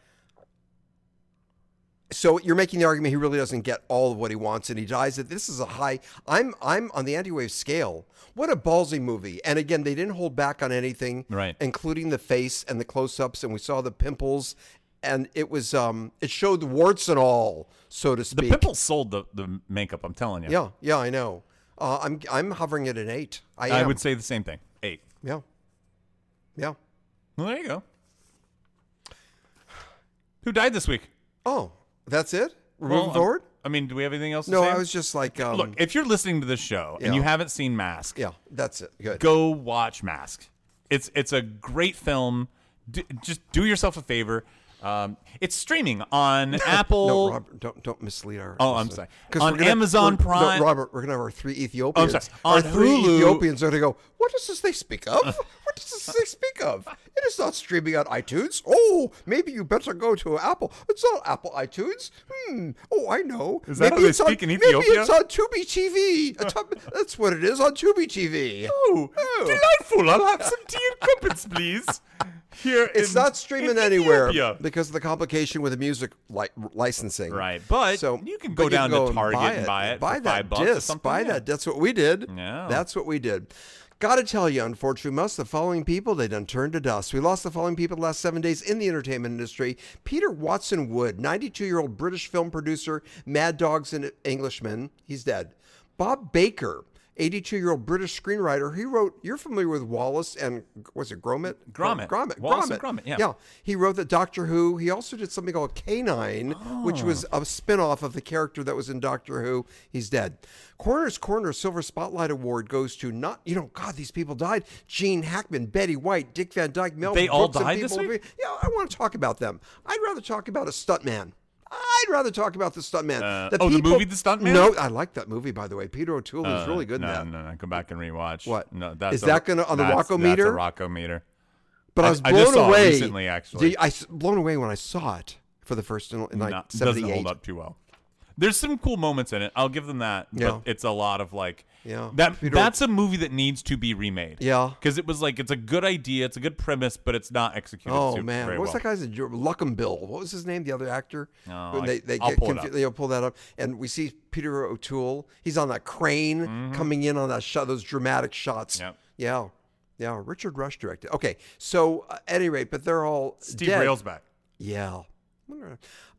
A: so you're making the argument he really doesn't get all of what he wants and he dies that this is a high i'm i'm on the anti-wave scale what a ballsy movie and again they didn't hold back on anything
B: Right.
A: including the face and the close-ups and we saw the pimples and it was um it showed the warts and all so to
B: The
A: speak
B: pimples sold the, the makeup. I'm telling you.
A: yeah yeah i know uh, i'm i'm hovering at an eight i,
B: I
A: am.
B: would say the same thing. Eight.
A: yeah yeah
B: Well, there you go. Who died this week?
A: oh that's it we're
B: Well,
A: moving
B: I'm-
A: forward
B: I mean, do we have anything else?
A: no
B: to say?
A: i was just like um
B: Look, if you're listening to this show and
A: Yeah.
B: you haven't seen Mask,
A: yeah that's it good
B: go watch Mask. It's it's a great film. D- just do yourself a favor. Um, it's streaming on Apple.
A: (laughs) No, Robert, don't don't mislead our.
B: Oh, I'm
A: listeners.
B: sorry.
A: 'Cause
B: On
A: we're gonna-
B: Amazon
A: we're- no,
B: Prime-
A: Robert, we're gonna have our three Ethiopians.
B: sorry.
A: Our
B: On
A: three
B: Hulu- Uh.
A: Ethiopians are gonna go. What does this they speak of? (laughs) what does this they speak of? It is not streaming on iTunes. Oh, maybe you better go to Apple. It's not Apple iTunes. Hmm. Oh, I know.
B: Is that
A: maybe
B: how they
A: it's on,
B: speak in
A: Maybe
B: Ethiopia?
A: it's on Tubi TV. A tub- (laughs) That's what it is on Tubi TV.
B: (laughs) Oh, delightful! I'll have some tea and crumpets,
A: (laughs)
B: please. Here,
A: It's
B: in-
A: not streaming
B: in
A: anywhere
B: Ethiopia.
A: because of the complication with the music li- licensing.
B: Right, but you can go
A: but
B: down to Target and buy it
A: Buy
B: for
A: that
B: five bucks or
A: disc,
B: something,
A: Buy
B: yeah.
A: that. That's what we did.
B: Yeah.
A: That's what we did. Got to tell you, unfortunately, most of the following people they done turned to dust. We lost the following people the last seven days in the entertainment industry: Peter Watson Wood, 92-year-old British film producer, Mad Dogs and Englishmen. He's dead. Bob Baker. 82-year-old British screenwriter, he wrote. You're familiar with Wallace and was it Gromit?
B: Gromit.
A: Gromit.
B: Wallace
A: Gromit.
B: and Gromit, yeah.
A: yeah. He wrote the Doctor Who. He also did something called Canine, which
B: Oh.
A: was a spin-off of the character that was in Doctor Who. He's dead. Corner's Corner Silver Spotlight Award goes to not you know, God, these people died. Gene Hackman, Betty White, Dick Van Dyke, Mel.
B: They all
A: Brooks, and
B: died this
A: people-
B: week?
A: Yeah, I want to talk about them. I'd rather talk about a stuntman. I'd rather talk about the stuntman.
B: Uh, oh, the movie The Stuntman? Uh,
A: No, I like that movie by the way. Peter O'Toole is really good
B: no,
A: in that.
B: No, no, go back and rewatch.
A: What?
B: No, that's
A: Is
B: a-
A: that gonna- on the
B: that's-
A: Rocco
B: that's
A: meter?
B: a Rocco meter.
A: But I,
B: I-
A: was
B: I
A: blown
B: just saw it
A: away
B: recently, actually.
A: Did- I s- blown away when I saw it for the first in, in
B: No,
A: like
B: it doesn't
A: seventy eight.
B: hold up too well. There's some cool moments in it. I'll give them that.
A: Yeah.
B: But it's a lot of like
A: Yeah.
B: that.
A: Peter-
B: That's a movie that needs to be remade.
A: Yeah.
B: because it was like it's a good idea, it's a good premise, but it's not executed.
A: Oh
B: su-
A: man,
B: very
A: what was that
B: well.
A: guy's name? Luckham Bill? What was his name? The other actor?
B: No,
A: When
B: I-
A: they, they
B: Oh, I'll
A: get
B: pull it up.
A: They'll pull that up, and we see Peter O'Toole. He's on that crane coming in on that shot. Those dramatic shots.
B: Mm-hmm. Yep.
A: Yeah, yeah. Richard Rush directed. Okay, so uh, at any rate, but they're all
B: Steve
A: dead.
B: Railsback.
A: Yeah.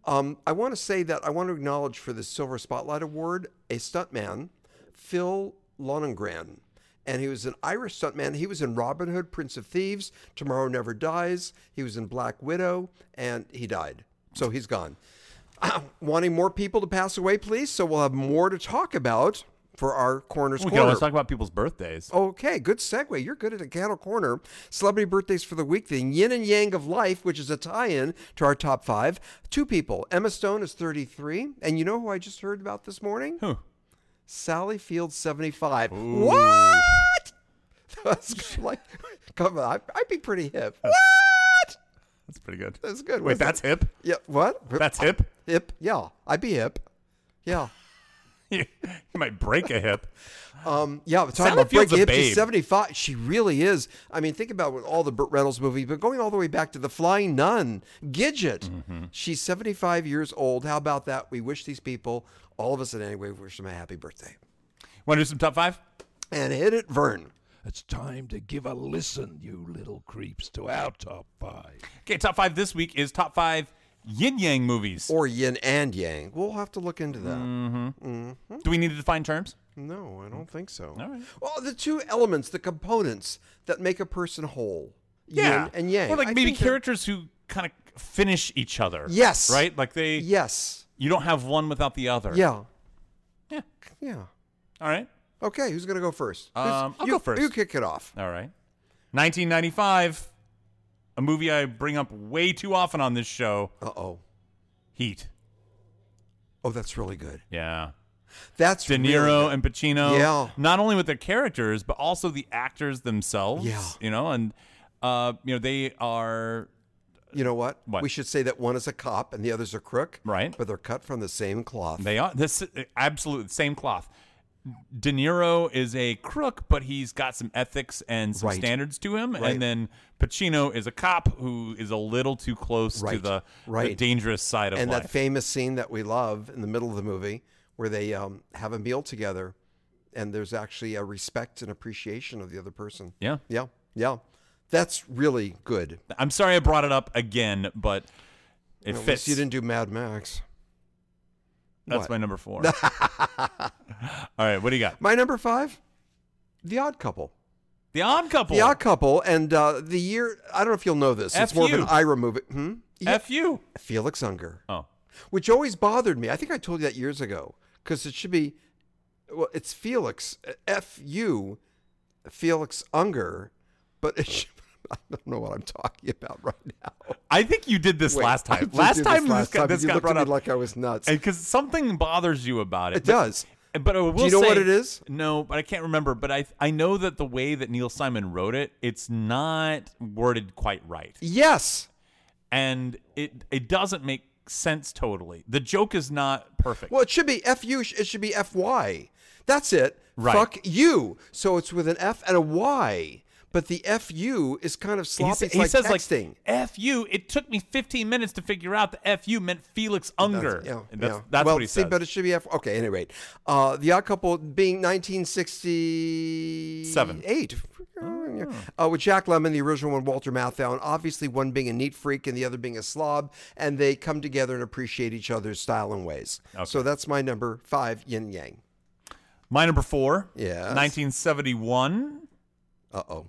A: Um, I want to say that I want to acknowledge for the Silver Spotlight Award a stuntman, Phil Lonengren. And he was an Irish stuntman. He was in Robin Hood, Prince of Thieves, Tomorrow Never Dies. He was in Black Widow, and he died. So he's gone. (coughs) Wanting more people to pass away, please. So we'll have more to talk about for our Corners
B: We can
A: Corner.
B: always talk about people's birthdays.
A: Okay, good segue. You're good at a cattle corner. Celebrity birthdays for the week, the yin and yang of life, which is a tie in to our top five. Two people. Emma Stone is 33. And you know who I just heard about this morning?
B: Who?
A: Sally Field, 75. What? (laughs) That's like, come on, I'd, I'd be pretty hip. What?
B: That's pretty good.
A: That's good.
B: Wait,
A: wasn't it?
B: that's hip.
A: yeah. What?
B: That's hip. (laughs)
A: hip. Yeah, I'd be hip. Yeah.
B: you might break a hip.
A: Um, yeah, but talking
B: Sally
A: about breaking
B: Field's a
A: hips,
B: babe.
A: she's 75. She really is. I mean, think about with all the Burt Reynolds movies, but going all the way back to The Flying Nun, Gidget.
B: Mm-hmm.
A: She's 75 years old. How about that? We wish these people, all of us at Anyway, wish them a happy birthday.
B: Want to do some top five?
A: And hit it, Vern.
C: It's time to give a listen, you little creeps, to our top five.
B: Okay, top five this week is top five yin yang movies.
A: Or yin and yang. We'll have to look into that.
B: Mm. Do we need to define terms?
A: No, I don't think so.
B: All right.
A: Well, the two elements, the components that make a person whole. Yin and yang.
B: Or like
A: I
B: maybe
A: think that-
B: characters who kind of finish each other.
A: Yes.
B: Right? Like they,
A: Yes.
B: you don't have one without the other.
A: Yeah.
B: Yeah.
A: Yeah.
B: All right.
A: Okay, who's gonna go first? Who's-
B: Um, I'll
A: you,
B: go first.
A: You kick it off.
B: All right. 1995, a movie I bring up way too often on this show
A: Uh oh.
B: Heat.
A: Oh, that's really good.
B: Yeah.
A: That's
B: De
A: really
B: Niro
A: good.
B: and Pacino.
A: Yeah.
B: Not only with their characters, but also the actors themselves.
A: Yeah.
B: You know, and, uh, you know, they are.
A: you know what?
B: What?
A: We should say that one is a cop and the other's a crook.
B: Right.
A: But they're cut from the same cloth.
B: They are this absolute same cloth. De Niro is a crook, but he's got some ethics and some
A: Right.
B: standards to him.
A: Right.
B: And then Pacino is a cop who is a little too close to
A: Right.
B: the, the
A: Right.
B: dangerous side of
A: and
B: life.
A: that famous scene that we love in the middle of the movie where they um, have a meal together and there's actually a respect and appreciation of the other person.
B: yeah.
A: Yeah. Yeah. That's really good.
B: I'm sorry I brought it up again, but
A: At
B: it fits.
A: least you didn't do Mad Max.
B: That's
A: what?
B: my number four.
A: (laughs)
B: All right, what do you got?
A: My number five, The Odd Couple.
B: The Odd Couple.
A: The Odd Couple, and uh, the year, I don't know if you'll know this. it's
B: F
A: more of
B: you.
A: an Ira movie. Hmm? Yeah,
B: F you.
A: Felix Unger,
B: Oh,
A: which always bothered me. I think I told you that years ago because it should be, well, it's Felix, F U, Felix Unger, but it should, (laughs) I don't know what I'm talking about right now.
B: I think you did this
A: Wait,
B: last
A: I
B: time.
A: did
B: Last
A: do
B: time
A: this, last
B: got-
A: time,
B: this
A: you
B: got
A: looked at
B: brought
A: me
B: up.
A: like I was nuts.
B: because something bothers you about it.
A: it does.
B: But I will
A: you know
B: say-
A: what it is?
B: No, but I can't remember. But I I know that the way that Neil Simon wrote it, it's not worded quite right,
A: Yes.
B: and it it doesn't make sense totally. The joke is not perfect.
A: Well, it should be F U. It should be F Y. That's it.
B: Right.
A: Fuck you. So it's with an F and a Y. But the F U is kind of
B: He,
A: sloppy.
B: sa-
A: it's
B: he
A: like
B: says
A: texting.
B: like "f you." It took me 15 minutes to figure out the "f you" meant Felix Unger.
A: Yeah,
B: And that's
A: yeah.
B: that's
A: well,
B: what he
A: see,
B: says.
A: but it should be F. Okay, anyway, uh, the Odd Couple being 1968,
B: Oh.
A: uh, with Jack Lemmon, the original one, Walter Matthau, and obviously one being a neat freak and the other being a slob, and they come together and appreciate each other's style and ways. So that's my number five, Yin Yang.
B: My number four,
A: Yes.
B: 1971,
A: Uh oh,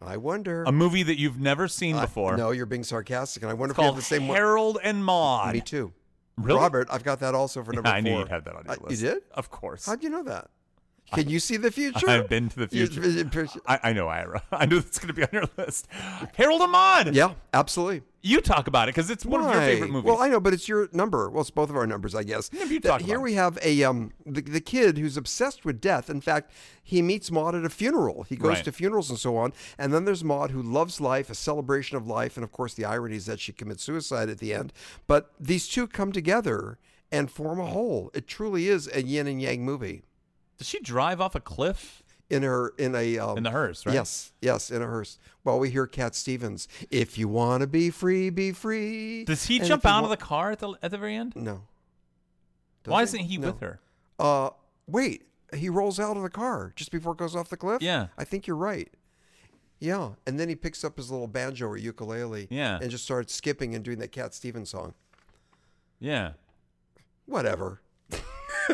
A: I wonder.
B: a movie that you've never seen
A: I-
B: before.
A: no, you're being sarcastic, and I wonder if we have
B: called
A: the same one.
B: Harold and Maude.
A: Me too.
B: Really?
A: Robert, I've got that also for number
B: I
A: four.
B: knew you'd have that on your
A: Uh,
B: list.
A: You did?
B: Of course.
A: How'd you know that? Can you see the future?
B: I've been to the
A: You-
B: future. I, I know, Ira. (laughs) I knew it's going to be on your list. Harold and Maude.
A: yeah, absolutely.
B: You talk about it because it's one of your
A: Why?
B: favorite movies.
A: Well, I know, but it's your number. Well, it's both of our numbers, I guess.
B: but you
A: That-
B: talk
A: here
B: about
A: we have a um the, the kid who's obsessed with death. In fact, he meets Maud at a funeral. He goes
B: Right.
A: to funerals and so on. And then there's Maud who loves life, a celebration of life, and of course the irony is that she commits suicide at the end. But these two come together and form a whole. It truly is a yin and yang movie.
B: Does she drive off a cliff?
A: in her in a um,
B: In the hearse, right?
A: Yes, yes, in a hearse. Well, we hear Cat Stevens. If you want to be free, be free.
B: Does he
A: And if
B: jump
A: you
B: out of
A: wa-
B: the car at the at the very end?
A: No. Does
B: Why isn't he
A: No.
B: with her?
A: Uh, wait. He rolls out of the car just before it goes off the cliff.
B: Yeah.
A: I think you're right. Yeah, and then he picks up his little banjo or ukulele.
B: Yeah.
A: and just starts skipping and doing that Cat Stevens song.
B: Yeah.
A: Whatever.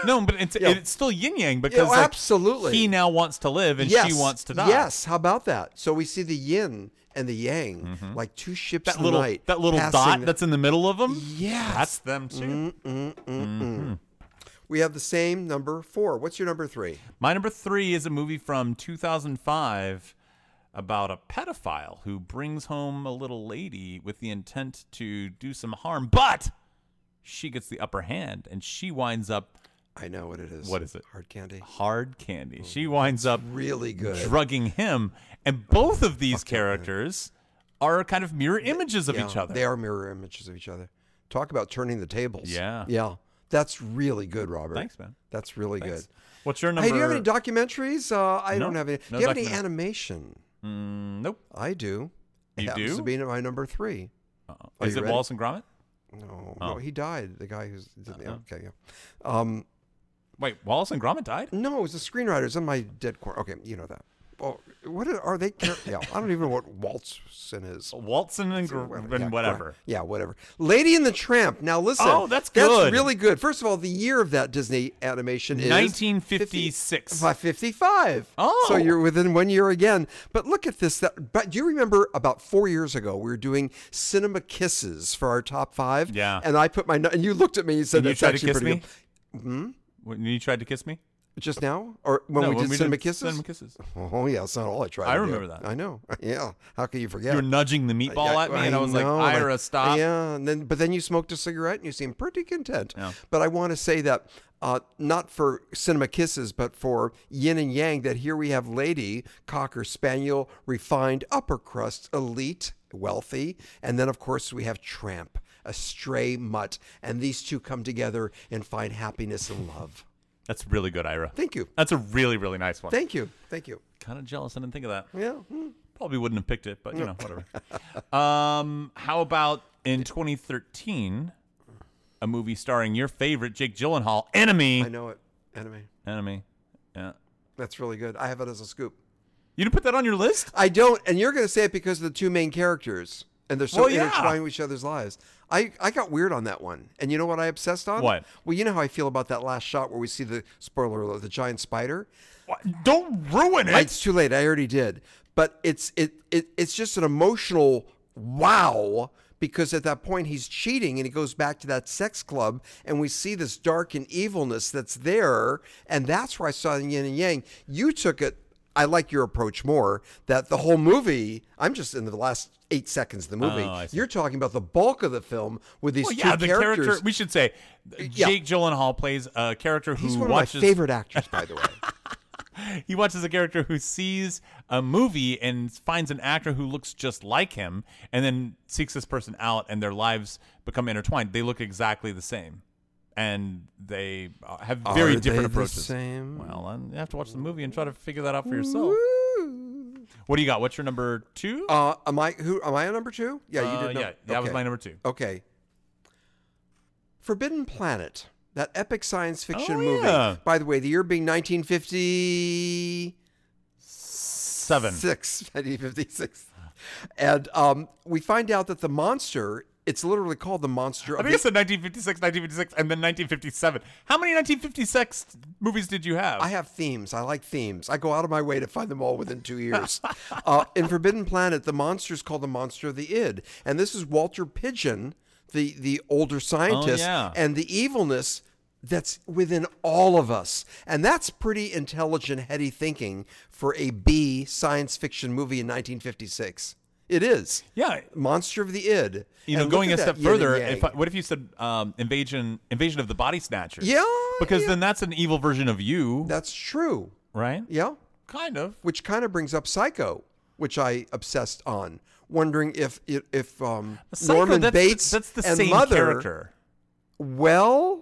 B: No, but it's
A: Yeah.
B: it's still yin yang because like,
A: absolutely.
B: he now wants to live and
A: yes.
B: she wants to die.
A: Yes. How about that? So we see the yin and the yang, like two ships
B: Mm-hmm. that
A: in
B: little
A: the night.
B: that little
A: passing
B: dot
A: the-
B: that's in the middle of them.
A: Yes.
B: that's them too.
A: We have the same number four. What's your number three?
B: My number three is a movie from 2005 about a pedophile who brings home a little lady with the intent to do some harm, but she gets the upper hand and she winds up
A: I know what it is.
B: What is it?
A: Hard candy.
B: hard candy. She winds up
A: Really good.
B: drugging him, and both of these characters are kind of mirror images of
A: Yeah,
B: each other.
A: They are mirror images of each other. Talk about turning the tables.
B: Yeah.
A: Yeah. That's really good, Robert.
B: Thanks, man.
A: That's really
B: Thanks.
A: good.
B: What's your number?
A: Hey, do you have any documentaries? Uh, I
B: No,
A: don't have any.
B: no
A: do you have any
B: documentary.
A: animation?
B: Mm, nope.
A: I do. it
B: You
A: happens
B: do?
A: to be my number three. Are
B: Is
A: you
B: it
A: ready?
B: Wallace and Gromit?
A: No,
B: Oh. Uh-huh.
A: no, he died. The guy who's yeah, okay, yeah. Um,
B: Wait, Wallace and Gromit died?
A: no, it was the screenwriter. It's in my dead corner. Okay, you know that. Well, what are, are they? char- yeah, I don't even know what Waltzson is.
B: Waltzen and, Gr-
A: Whatever.
B: and
A: Yeah,
B: Oh, whatever.
A: correct. Yeah, whatever. Lady and the Tramp. Now listen.
B: Oh, that's good.
A: That's really good. First of all, the year of that Disney animation is
B: 1956.
A: 55.
B: Oh.
A: So you're within one year again. But look at this. That, but do you remember about four years ago, we were doing cinema kisses for our top five?
B: Yeah.
A: And I put my, nu- and you looked at me and said,
B: And you
A: that's
B: tried to
A: actually
B: kiss
A: pretty
B: me? When you tried to kiss me?
A: good. Just now? Or when
B: No,
A: we did cinema kisses?
B: Cinema kisses.
A: Oh, yeah. That's not all I tried.
B: I
A: to do.
B: remember that.
A: I know. (laughs) Yeah. How can you forget?
B: You were nudging the meatball
A: Yeah,
B: at me, and I was
A: know,
B: like,
A: and I-
B: Ira, stop.
A: Yeah, and then but then you smoked a cigarette and you seemed pretty content.
B: Yeah.
A: But I want to say that uh, not for cinema kisses, but for yin and yang. That here we have lady cocker spaniel, refined upper crust, elite, wealthy, and then of course we have tramp, a stray mutt, and these two come together and find happiness and love.
B: That's really good, Ira.
A: Thank you,
B: That's a really, really nice one.
A: thank you, thank you.
B: kind of jealous I didn't think of that.
A: Yeah, hmm.
B: Probably wouldn't have picked it, but you know, whatever. um, how about in 2013, a movie starring your favorite Jake Gyllenhaal,
A: I
B: Enemy.
A: know it. Anime.
B: Enemy. Yeah.
A: That's really good. I have it as a scoop.
B: You didn't put that on your list?
A: I don't, and you're going to say it because of the two main characters, and they're so
B: Well, yeah.
A: intertwined with each other's lives. I, I got weird on that one, and you know what I obsessed on?
B: What?
A: Well, you know how I feel about that last shot where we see the spoiler alert, the giant spider.
B: What? Don't ruin it.
A: It's too late. I already did, but it's it, it it's just an emotional wow because at that point he's cheating and he goes back to that sex club and we see this dark and evilness that's there and that's where I saw the yin and yang. You took it. I like your approach more. That the whole movie. I'm just in the last eight seconds of the movie.
B: Oh, I see.
A: You're talking about the bulk of the film with these
B: well,
A: two
B: yeah, the
A: characters.
B: character. We should say Jake Gyllenhaal plays a character who
A: he's one
B: watches.
A: of my favorite actors, by
B: (laughs)
A: the way.
B: He watches a character who sees a movie and finds an actor who looks just like him, and then seeks this person out, and their lives become intertwined. They look exactly the same, and they uh, have very
A: Are
B: different
A: they
B: approaches.
A: The same.
B: Well, um, you have to watch the movie and try to figure that out for yourself. What do you got? What's your number two?
A: Uh, am I who? Am I on number two? Yeah, you
B: Uh,
A: did. Number,
B: yeah, that was
A: okay.
B: my number two.
A: Okay. Forbidden Planet, that epic science fiction
B: Oh,
A: movie.
B: yeah.
A: By the way, the year being 1956.
B: Seven.
A: 1956. And um, we find out that the monster. It's literally called the monster
B: I
A: of
B: think I
A: the
B: said 1956, 1956, and then 1957. How many 1956 movies did you have?
A: I have themes. I like themes. I go out of my way to find them all within
B: (laughs)
A: two years. uh, in Forbidden Planet, the monster is called the Monster of the Id, and this is Walter Pigeon, the the older scientist,
B: Oh, yeah.
A: and the evilness that's within all of us, and that's pretty intelligent, heady thinking for a B science fiction movie in 1956. It is.
B: yeah.
A: Monster of the Id. And
B: You know,
A: look
B: going
A: at
B: a
A: that
B: step
A: yin and
B: further,
A: yang.
B: if I, what if you said um, invasion, invasion of the body snatchers?
A: yeah,
B: because
A: yeah.
B: then that's an evil version of you,
A: that's true.
B: right?
A: Yeah.
B: Kind of.
A: which kind of brings up Psycho, which I obsessed on, wondering if if um,
B: Psycho,
A: Norman
B: that's,
A: Bates
B: That's the
A: and
B: same
A: Mother.
B: character.
A: Well,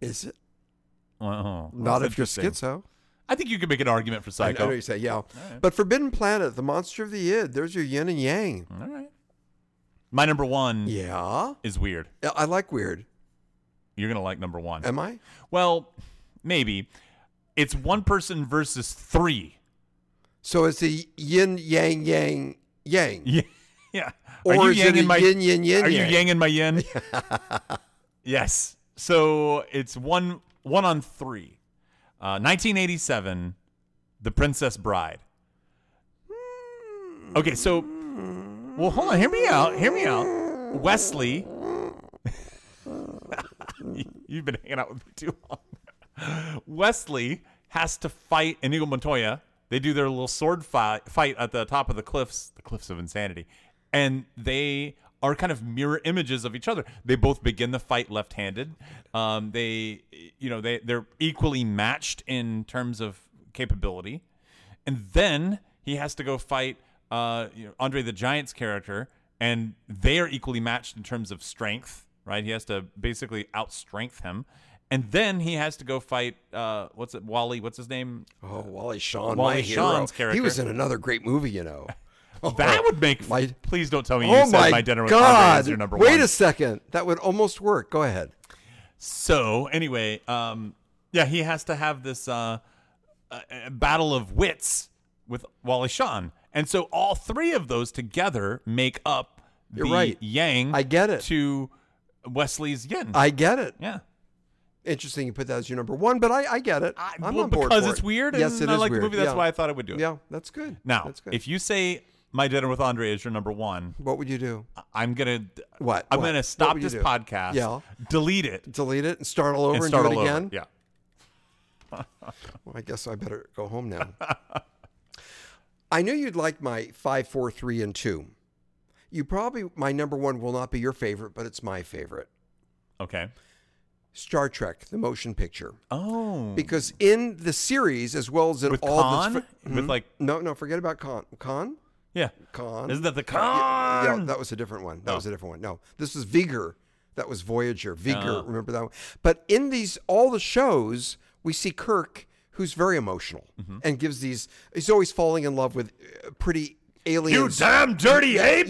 A: is it
B: Wow,
A: not
B: that's
A: if you're
B: interesting.
A: schizo?
B: I think you could make an argument for
A: I, I know
B: Psycho.
A: you say yeah, but Forbidden Planet, the monster of the id. There's your yin and yang.
B: All right. My number one
A: Yeah,
B: is weird.
A: I- I like weird.
B: You're gonna like number one.
A: Am I?
B: Well, maybe it's one person versus three. (laughs)
A: So it's a yin yang yang yang.
B: Yeah. yeah.
A: Or
B: are you
A: is it
B: yang
A: a
B: in my
A: yin, yin, yin,
B: Are
A: yang?
B: you yang in
A: (laughs)
B: my yin? (laughs) yes. So it's one one on three. Uh, 1987, The Princess Bride. Hmm. Okay, so well, hold on. Hear me out. Hear me out. Wesley, (laughs) you've been hanging out with me too long. Wesley has to fight Inigo Montoya. They do their little sword fi- fight at the top of the cliffs, the cliffs of insanity, and they are kind of mirror images of each other. They both begin the fight left-handed. Um, they, you know, they they're equally matched in terms of capability, and then he has to go fight uh, you know, Andre the Giant's character, and they are equally matched in terms of strength. Right, he has to basically outstrength him, and then he has to go fight. Uh, what's it, Wally? What's his name?
A: Oh, Wally Shawn, my
B: Wally
A: hero.
B: Shawn's
A: He
B: character.
A: was in another great movie, you know.
B: (laughs) That would make.
A: Oh, (laughs) my-
B: please don't tell me you
A: oh
B: said
A: my,
B: my, dinner with Andre
A: God!
B: is your number
A: Wait
B: one.
A: a second, that would almost work. Go ahead.
B: So anyway, um, yeah, he has to have this uh, uh, uh, battle of wits with Wally Shawn, and so all three of those together make up
A: You're
B: the
A: right.
B: Yang.
A: I get it.
B: To Wesley's Yin.
A: I get it.
B: yeah,
A: Interesting, you put that as your number one, but I, I get it. I, am
B: well,
A: on board
B: because
A: for
B: it's
A: it.
B: weird.
A: Yes, it
B: and I
A: is
B: like
A: weird.
B: the movie. That's
A: yeah.
B: why I thought I would do it.
A: Yeah, that's good.
B: Now,
A: that's good.
B: if you say my dinner with Andre is your number one,
A: what would you do?
B: I'm gonna
A: What?
B: I'm
A: What?
B: gonna
A: What
B: stop
A: would you
B: this
A: do?
B: podcast.
A: Yeah.
B: delete it
A: Delete it and start all over
B: and
A: and,
B: start
A: do it
B: all
A: again.
B: over. Yeah.
A: Well, I guess I better go home
B: (laughs)
A: now. I knew you'd like my five, four, three, and two. You probably my number one will not be your favorite, but it's my favorite.
B: Okay.
A: Star Trek: The Motion Picture,
B: Oh.
A: because in the series as well as in
B: with
A: all Hmm?
B: Khan,
A: the
B: with like
A: no, no, forget about Khan. Khan,
B: yeah,
A: Khan.
B: Isn't that the
A: Yeah,
B: Khan?
A: Yeah, that was a different one. That was a different one. No, this was Vigor. That was
B: Oh.
A: Voyager. Vigor. Remember that one? But in these, all the shows, we see Kirk, who's very emotional
B: Mm-hmm.
A: and gives these. He's always falling in love with uh, pretty aliens.
B: damn dirty
A: Y-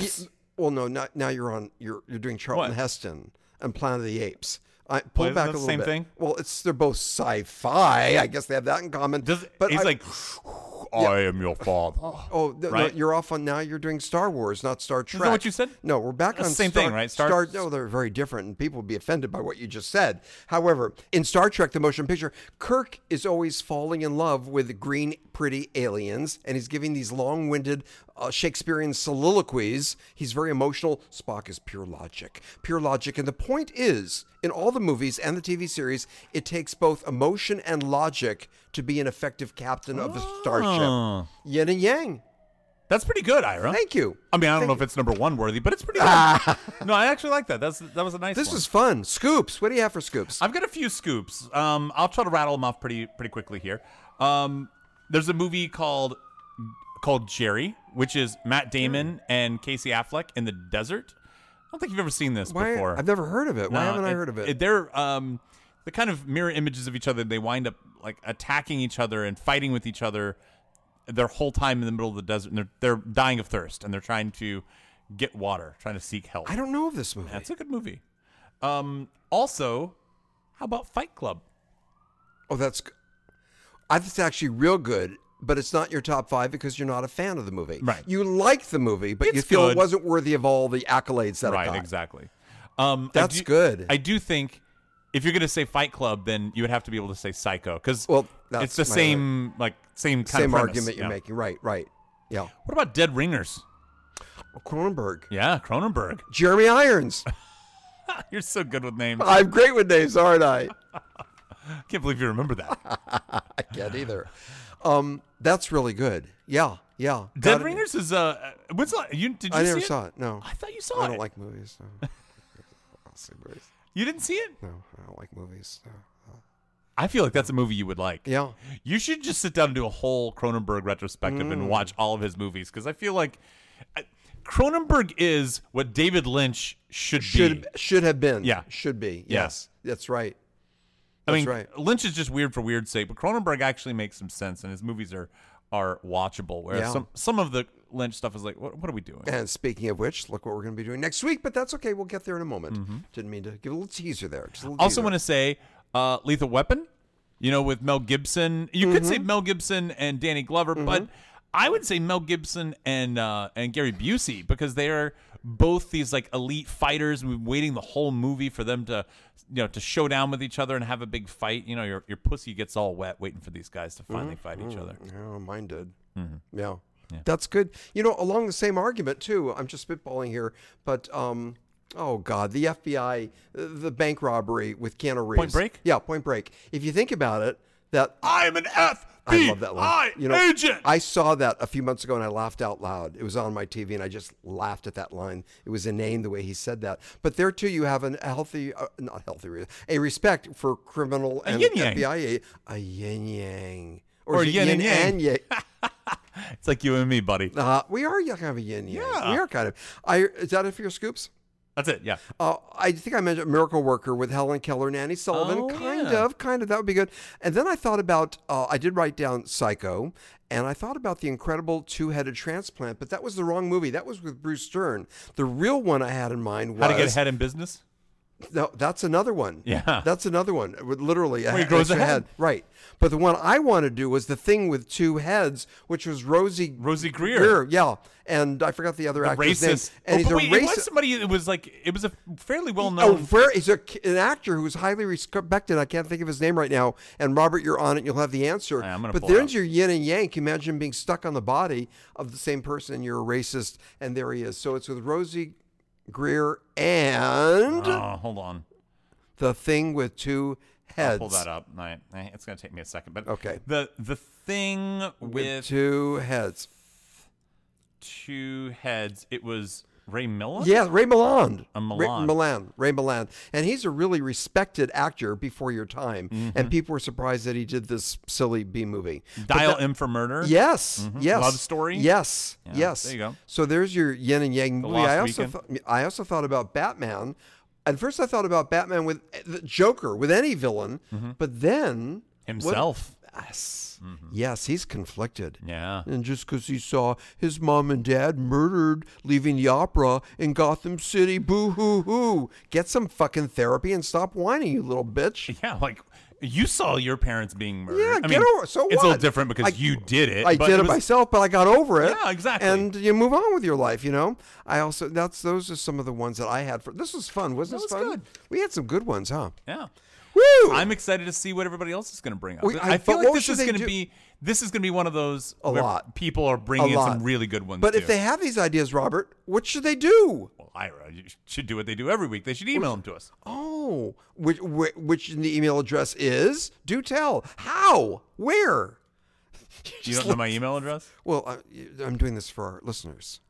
A: well, no, not, now you're on. You're you're doing Charlton
B: What?
A: Heston and Planet of the Apes. I pull
B: Well, isn't
A: back
B: that
A: a
B: the
A: little
B: same
A: bit.
B: thing?
A: Well, it's they're both sci-fi. I guess they have that in common.
B: Does,
A: but
B: he's
A: I-
B: like, I am your father.
A: Oh, no, no,
B: Right?
A: you're off on now. You're doing Star Wars, not Star Trek.
B: that what you said?
A: No, we're back
B: That's
A: on
B: the same
A: Star,
B: thing, right?
A: Star,
B: Star-
A: No, oh, they're very different, and people would be offended by what you just said. However, in Star Trek: The Motion Picture, Kirk is always falling in love with green, pretty aliens, and he's giving these long-winded uh, Shakespearean soliloquies. He's very emotional. Spock is pure logic, pure logic, and the point is, in all the movies and the TV series, it takes both emotion and logic to be an effective captain of a
B: Ah.
A: starship. Yin and yang.
B: That's pretty good, Ira.
A: Thank you.
B: I mean, I don't know if it's number one worthy, but it's pretty good. no, I actually like that. That's that was a nice.
A: This
B: one.
A: was fun. Scoops. What do you have for scoops?
B: I've got a few scoops. Um, I'll try to rattle them off pretty pretty quickly here. Um, there's a movie called called Jerry, which is Matt Damon and Casey Affleck in the desert. I don't think you've ever seen this
A: Why,
B: before.
A: I've never heard of it. Why
B: No,
A: haven't I heard of it?
B: They're um, the kind of mirror images of each other. They wind up like attacking each other and fighting with each other their whole time in the middle of the desert. And they're they're dying of thirst and they're trying to get water, trying to seek help.
A: I don't know of this movie.
B: That's a good movie. Um, also, how about Fight Club?
A: oh, that's. g- I think it's actually real good, but it's not your top five because you're not a fan of the movie.
B: Right.
A: You like the movie, but you
B: It's
A: feel it
B: good.
A: wasn't worthy of all the accolades that
B: right,
A: it got.
B: exactly. Um, I
A: That's
B: do-
A: good.
B: I do think if you're going to say Fight Club, then you would have to be able to say Psycho because
A: Well, that's
B: it's the
A: my
B: same like same kind
A: Same
B: of premise,
A: argument you're
B: yeah.
A: making. Right, right. Yeah.
B: What about Dead Ringers?
A: Cronenberg.
B: Yeah, Cronenberg.
A: Jeremy
B: (laughs)
A: Irons.
B: You're so good with names. I
A: I'm great with names, aren't I?
B: can't believe you remember that.
A: I can't either. Um, that's really good. Yeah, yeah.
B: Dead
A: Gotta-
B: Ringers is uh, when's the- you did you
A: I
B: see
A: never
B: it?
A: saw it. No.
B: I thought you saw
A: I
B: it.
A: don't like movies. No.
B: (laughs)
A: I don't see movies.
B: you didn't see it.
A: No, I don't like movies. No.
B: I feel like that's a movie you would like.
A: Yeah.
B: You should just sit down and do a whole Cronenberg retrospective and watch
A: Mm.
B: all of his movies because I feel like I, Cronenberg is what David Lynch should,
A: Should
B: be.
A: should have been.
B: Yeah.
A: Should be.
B: Yeah.
A: Yes. That's right.
B: I mean,
A: right.
B: Lynch is just weird for weird's sake, but Cronenberg actually makes some sense, and his movies are are watchable. Whereas
A: Yeah.
B: some some of the Lynch stuff is like, what, what are we doing?
A: And speaking of which, look what we're going to be doing next week, but that's okay. We'll get there in a moment. Didn't mean to give a little teaser there. Just a little
B: Mm-hmm. also
A: teaser.
B: want to say uh, Lethal Weapon, you know, with Mel Gibson. You could
A: Mm-hmm.
B: say Mel Gibson and Danny Glover, but I would say Mel Gibson and uh, and Gary Busey because they are both these like elite fighters. We've been waiting the whole movie for them to you know to show down with each other and have a big fight. You know, your your pussy gets all wet waiting for these guys to
A: Mm-hmm.
B: finally fight each other.
A: Yeah, mine did.
B: Mm-hmm.
A: Yeah. That's good. You know, along the same argument too. I'm just spitballing here, but um, oh god, the FBI, uh, the bank robbery with Keanu Reeves.
B: Break?
A: Yeah, Point Break. If you think about it, that
B: I'm an FBI
A: I love that line. You know, I saw that a few months ago and I laughed out loud. It was on my TV and I just laughed at that line. It was inane the way he said that. But there too, you have an- a healthy, uh, not healthy, re- a respect for criminal and
B: yin yang.
A: FBI, a yin yang,
B: Or
A: is it
B: yin and yang. (laughs)
A: yang.
B: It's like you and me, buddy.
A: Uh, we are kind of a yin yang.
B: Yeah.
A: We are kind of. I is that it for your scoops?
B: That's it. Yeah.
A: Uh, I think I mentioned Miracle Worker with Helen Keller and Annie Sullivan.
B: Oh,
A: kind
B: yeah.
A: of, kind of. That would be good. And then I thought about, uh, I did write down Psycho, and I thought about The Incredible Two Headed Transplant, but that was the wrong movie. That was with Bruce Stern. The real one I had in mind was.
B: How to get ahead in business?
A: No, that's another one.
B: Yeah.
A: That's another one. It would Literally, a
B: Where he grows a
A: extra
B: head.
A: Right. But the one I want to do was The Thing with Two Heads, which was Rosie.
B: Rosie Greer.
A: Yeah. And I forgot the other actor's
B: Racist.
A: name. And
B: oh,
A: he's
B: but
A: a
B: wait, it was
A: racist.
B: somebody. It was like it was a fairly well
A: Oh,
B: known.
A: where is a, an actor who's highly respected? I can't think of his name right now. And Robert, you're on it. You'll have the answer.
B: Yeah, I'm gonna
A: but
B: pull it
A: there's
B: up.
A: your yin and yang. Imagine being stuck on the body of the same person, and you're a racist. And there he is. So it's with Rosie Greer and
B: Oh, hold on.
A: the thing with two heads.
B: I'll pull that up. I, I- it's gonna take me a second, but
A: Okay.
B: The the thing with,
A: With two heads.
B: two heads. It was Ray Miller.
A: Yeah, Ray Milland.
B: Uh,
A: Ray
B: Milland.
A: Milland. Ray Milland. And he's a really respected actor before your time.
B: Mm-hmm.
A: And people were surprised that he did this silly B movie.
B: Dial M for Murder.
A: Yes. Yes.
B: Mm-hmm. Love Story?
A: Yes. yes.
B: there you go.
A: So there's your yin and yang movie. I
B: Lost
A: also thought- I also thought about Batman. At first, I thought about Batman with eh, the Joker with any villain,
B: Mm-hmm.
A: but then
B: Himself.
A: What, yes. Yes, he's conflicted.
B: Mm-hmm. Yeah.
A: And just because he saw his mom and dad murdered leaving the opera in Gotham City, boo hoo hoo. Get some fucking therapy and stop whining, you little bitch.
B: Yeah, like you saw your parents being murdered.
A: Yeah,
B: I
A: get
B: mean,
A: over it. So
B: It's a
A: what?
B: little different because
A: I-
B: you did it.
A: I
B: but
A: did it,
B: was-
A: myself, but I got over it.
B: Yeah, exactly.
A: And you move on with your life, you know. I also that's those are some of the ones that I had for. This was fun, wasn't
B: That
A: this
B: was
A: fun?
B: good.
A: We had some good ones, huh?
B: Yeah.
A: Woo!
B: I'm excited to see what everybody else is going to bring up.
A: We- I-
B: I,
A: but
B: feel like
A: what
B: this
A: should
B: is
A: they
B: going
A: do?
B: to be this is going to be one of those
A: A
B: where
A: lot.
B: people are
A: a
B: bringing in
A: lot.
B: some really good ones.
A: But
B: too.
A: if they have these ideas, Robert, what should they do?
B: well, Ira, you should do what they do every week. They should email them to us.
A: Oh, which which, which in the email address is? Do tell. How? Where?
B: You don't know my email address,
A: (laughs) Well, I, I'm doing this for our listeners.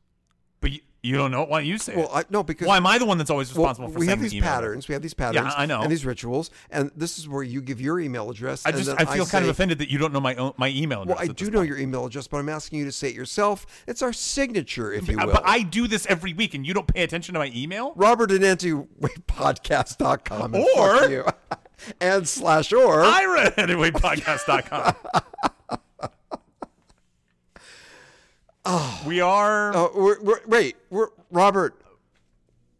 B: but you, you don't know it? Why don't you say
A: Well, I,
B: it?
A: no, because
B: Why am I the one that's always
A: Well,
B: responsible for
A: we
B: saying
A: have
B: the
A: these
B: email address?
A: patterns. We have these patterns.
B: I know.
A: And these rituals. And this is where you give your email address.
B: I
A: and
B: just
A: then
B: I feel
A: say-
B: kind of offended that you don't know my own, my email address.
A: Well, I
B: at this
A: do know
B: point.
A: your email address, but I'm asking you to say it yourself. It's our signature, if you
B: Uh,
A: will.
B: But I do this every week, and you don't pay attention to my email.
A: Robert and podcast.com and
B: Or-
A: fuck you. (laughs) and slash or
B: Ira
A: (laughs)
B: at anywaypodcast.com. we are
A: Uh, we're, we're, wait, we're Robert.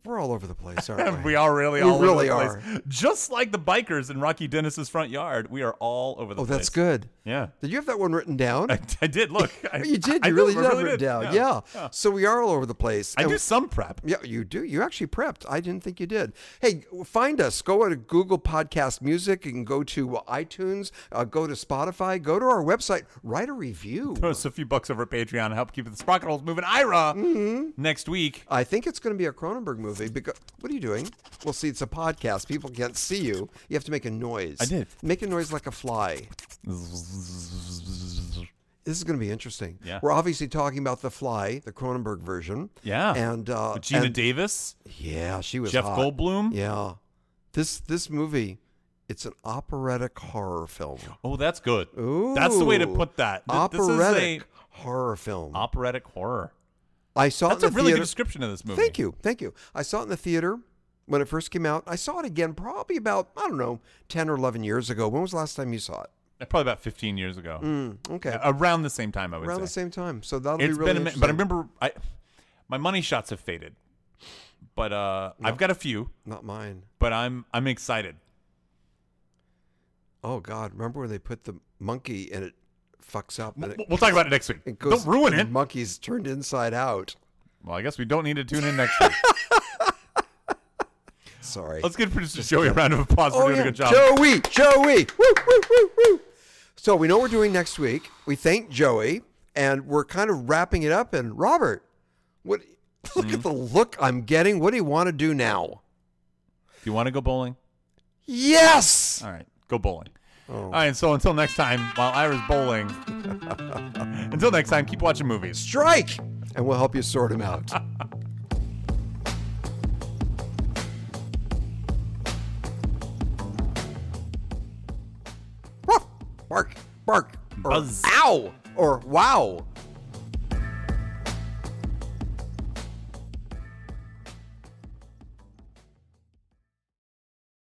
A: We're all over the place,
B: (laughs)
A: aren't we?
B: we are really
A: We
B: all
A: really
B: over the place. Just like the bikers in Rocky Dennis's front yard, we are all over the
A: oh,
B: place.
A: that's good.
B: Yeah.
A: Did you have that one written down?
B: I, I did
A: (laughs)
B: look. I,
A: you did.
B: I- I
A: You really
B: do,
A: did
B: I
A: have it
B: really
A: written
B: did,
A: down. Yeah. So we are all over the place.
B: I
A: And
B: do some prep.
A: Yeah, you do. You actually prepped. I didn't think you did. Hey, find us. Go to Google Podcast Music. You can go to iTunes. Uh, go to Spotify. Go to our website. Write a
B: (laughs)
A: review.
B: Throw us a few bucks over at Patreon to help keep the sprocket holes moving. Ira
A: Mm-hmm.
B: next week.
A: I think it's going to be a Cronenberg movie because what are you doing? Well, see, it's a podcast. People can't see you. You have to make a noise. I
B: did.
A: Make a noise like a fly. This is going to be interesting.
B: Yeah.
A: We're obviously talking about The Fly, the Cronenberg version.
B: Yeah.
A: And uh,
B: With Gina
A: and-
B: Davis,
A: Yeah, she was
B: Jeff
A: hot.
B: Goldblum.
A: Yeah. This this movie, it's an operatic horror film.
B: Oh, that's good. That's the way to
A: Ooh.
B: put that. Th- This is
A: operatic
B: a
A: horror film.
B: operatic horror.
A: I saw
B: That's
A: it
B: a
A: in the
B: really good
A: theater.
B: description of this movie.
A: Thank you. Thank you. I saw it in the theater when it first came out. I saw it again probably about, I don't know, 10 or 11 years ago. When was the last time you saw it? Mm,
B: Probably about 15 years ago.
A: Okay.
B: Around the same time, I would
A: Around
B: say.
A: the same time. So that'll
B: It's
A: be really
B: been a minute,
A: interesting.
B: but I remember I my money shots have faded. But uh I've got a few,
A: Not mine.
B: but I'm I'm excited.
A: Oh, God. Remember when they put the monkey and it fucks up? And
B: We'll
A: it,
B: we'll talk about it next week.
A: it goes,
B: Don't ruin
A: the
B: it.
A: Monkey's turned inside out.
B: Well, I guess we don't need to tune in
A: (laughs)
B: next week.
A: Sorry.
B: Let's give producer Joey a round of applause
A: Oh,
B: for doing a good job.
A: Joey, Joey. Woo, woo, woo, woo. So we know what we're doing next week. We thank Joey, and we're kind of wrapping it up. And Robert, what? (laughs) Look at the look I'm getting. What do you want to do now?
B: Do you want to go bowling?
A: Yes.
B: All right, go bowling.
A: Oh.
B: All right, so until next time, while Ira's bowling, (laughs) until next time, keep watching movies.
A: Strike, and we'll help you sort him
B: (laughs)
A: out. Bark, bark. or
B: Buzz.
A: ow or wow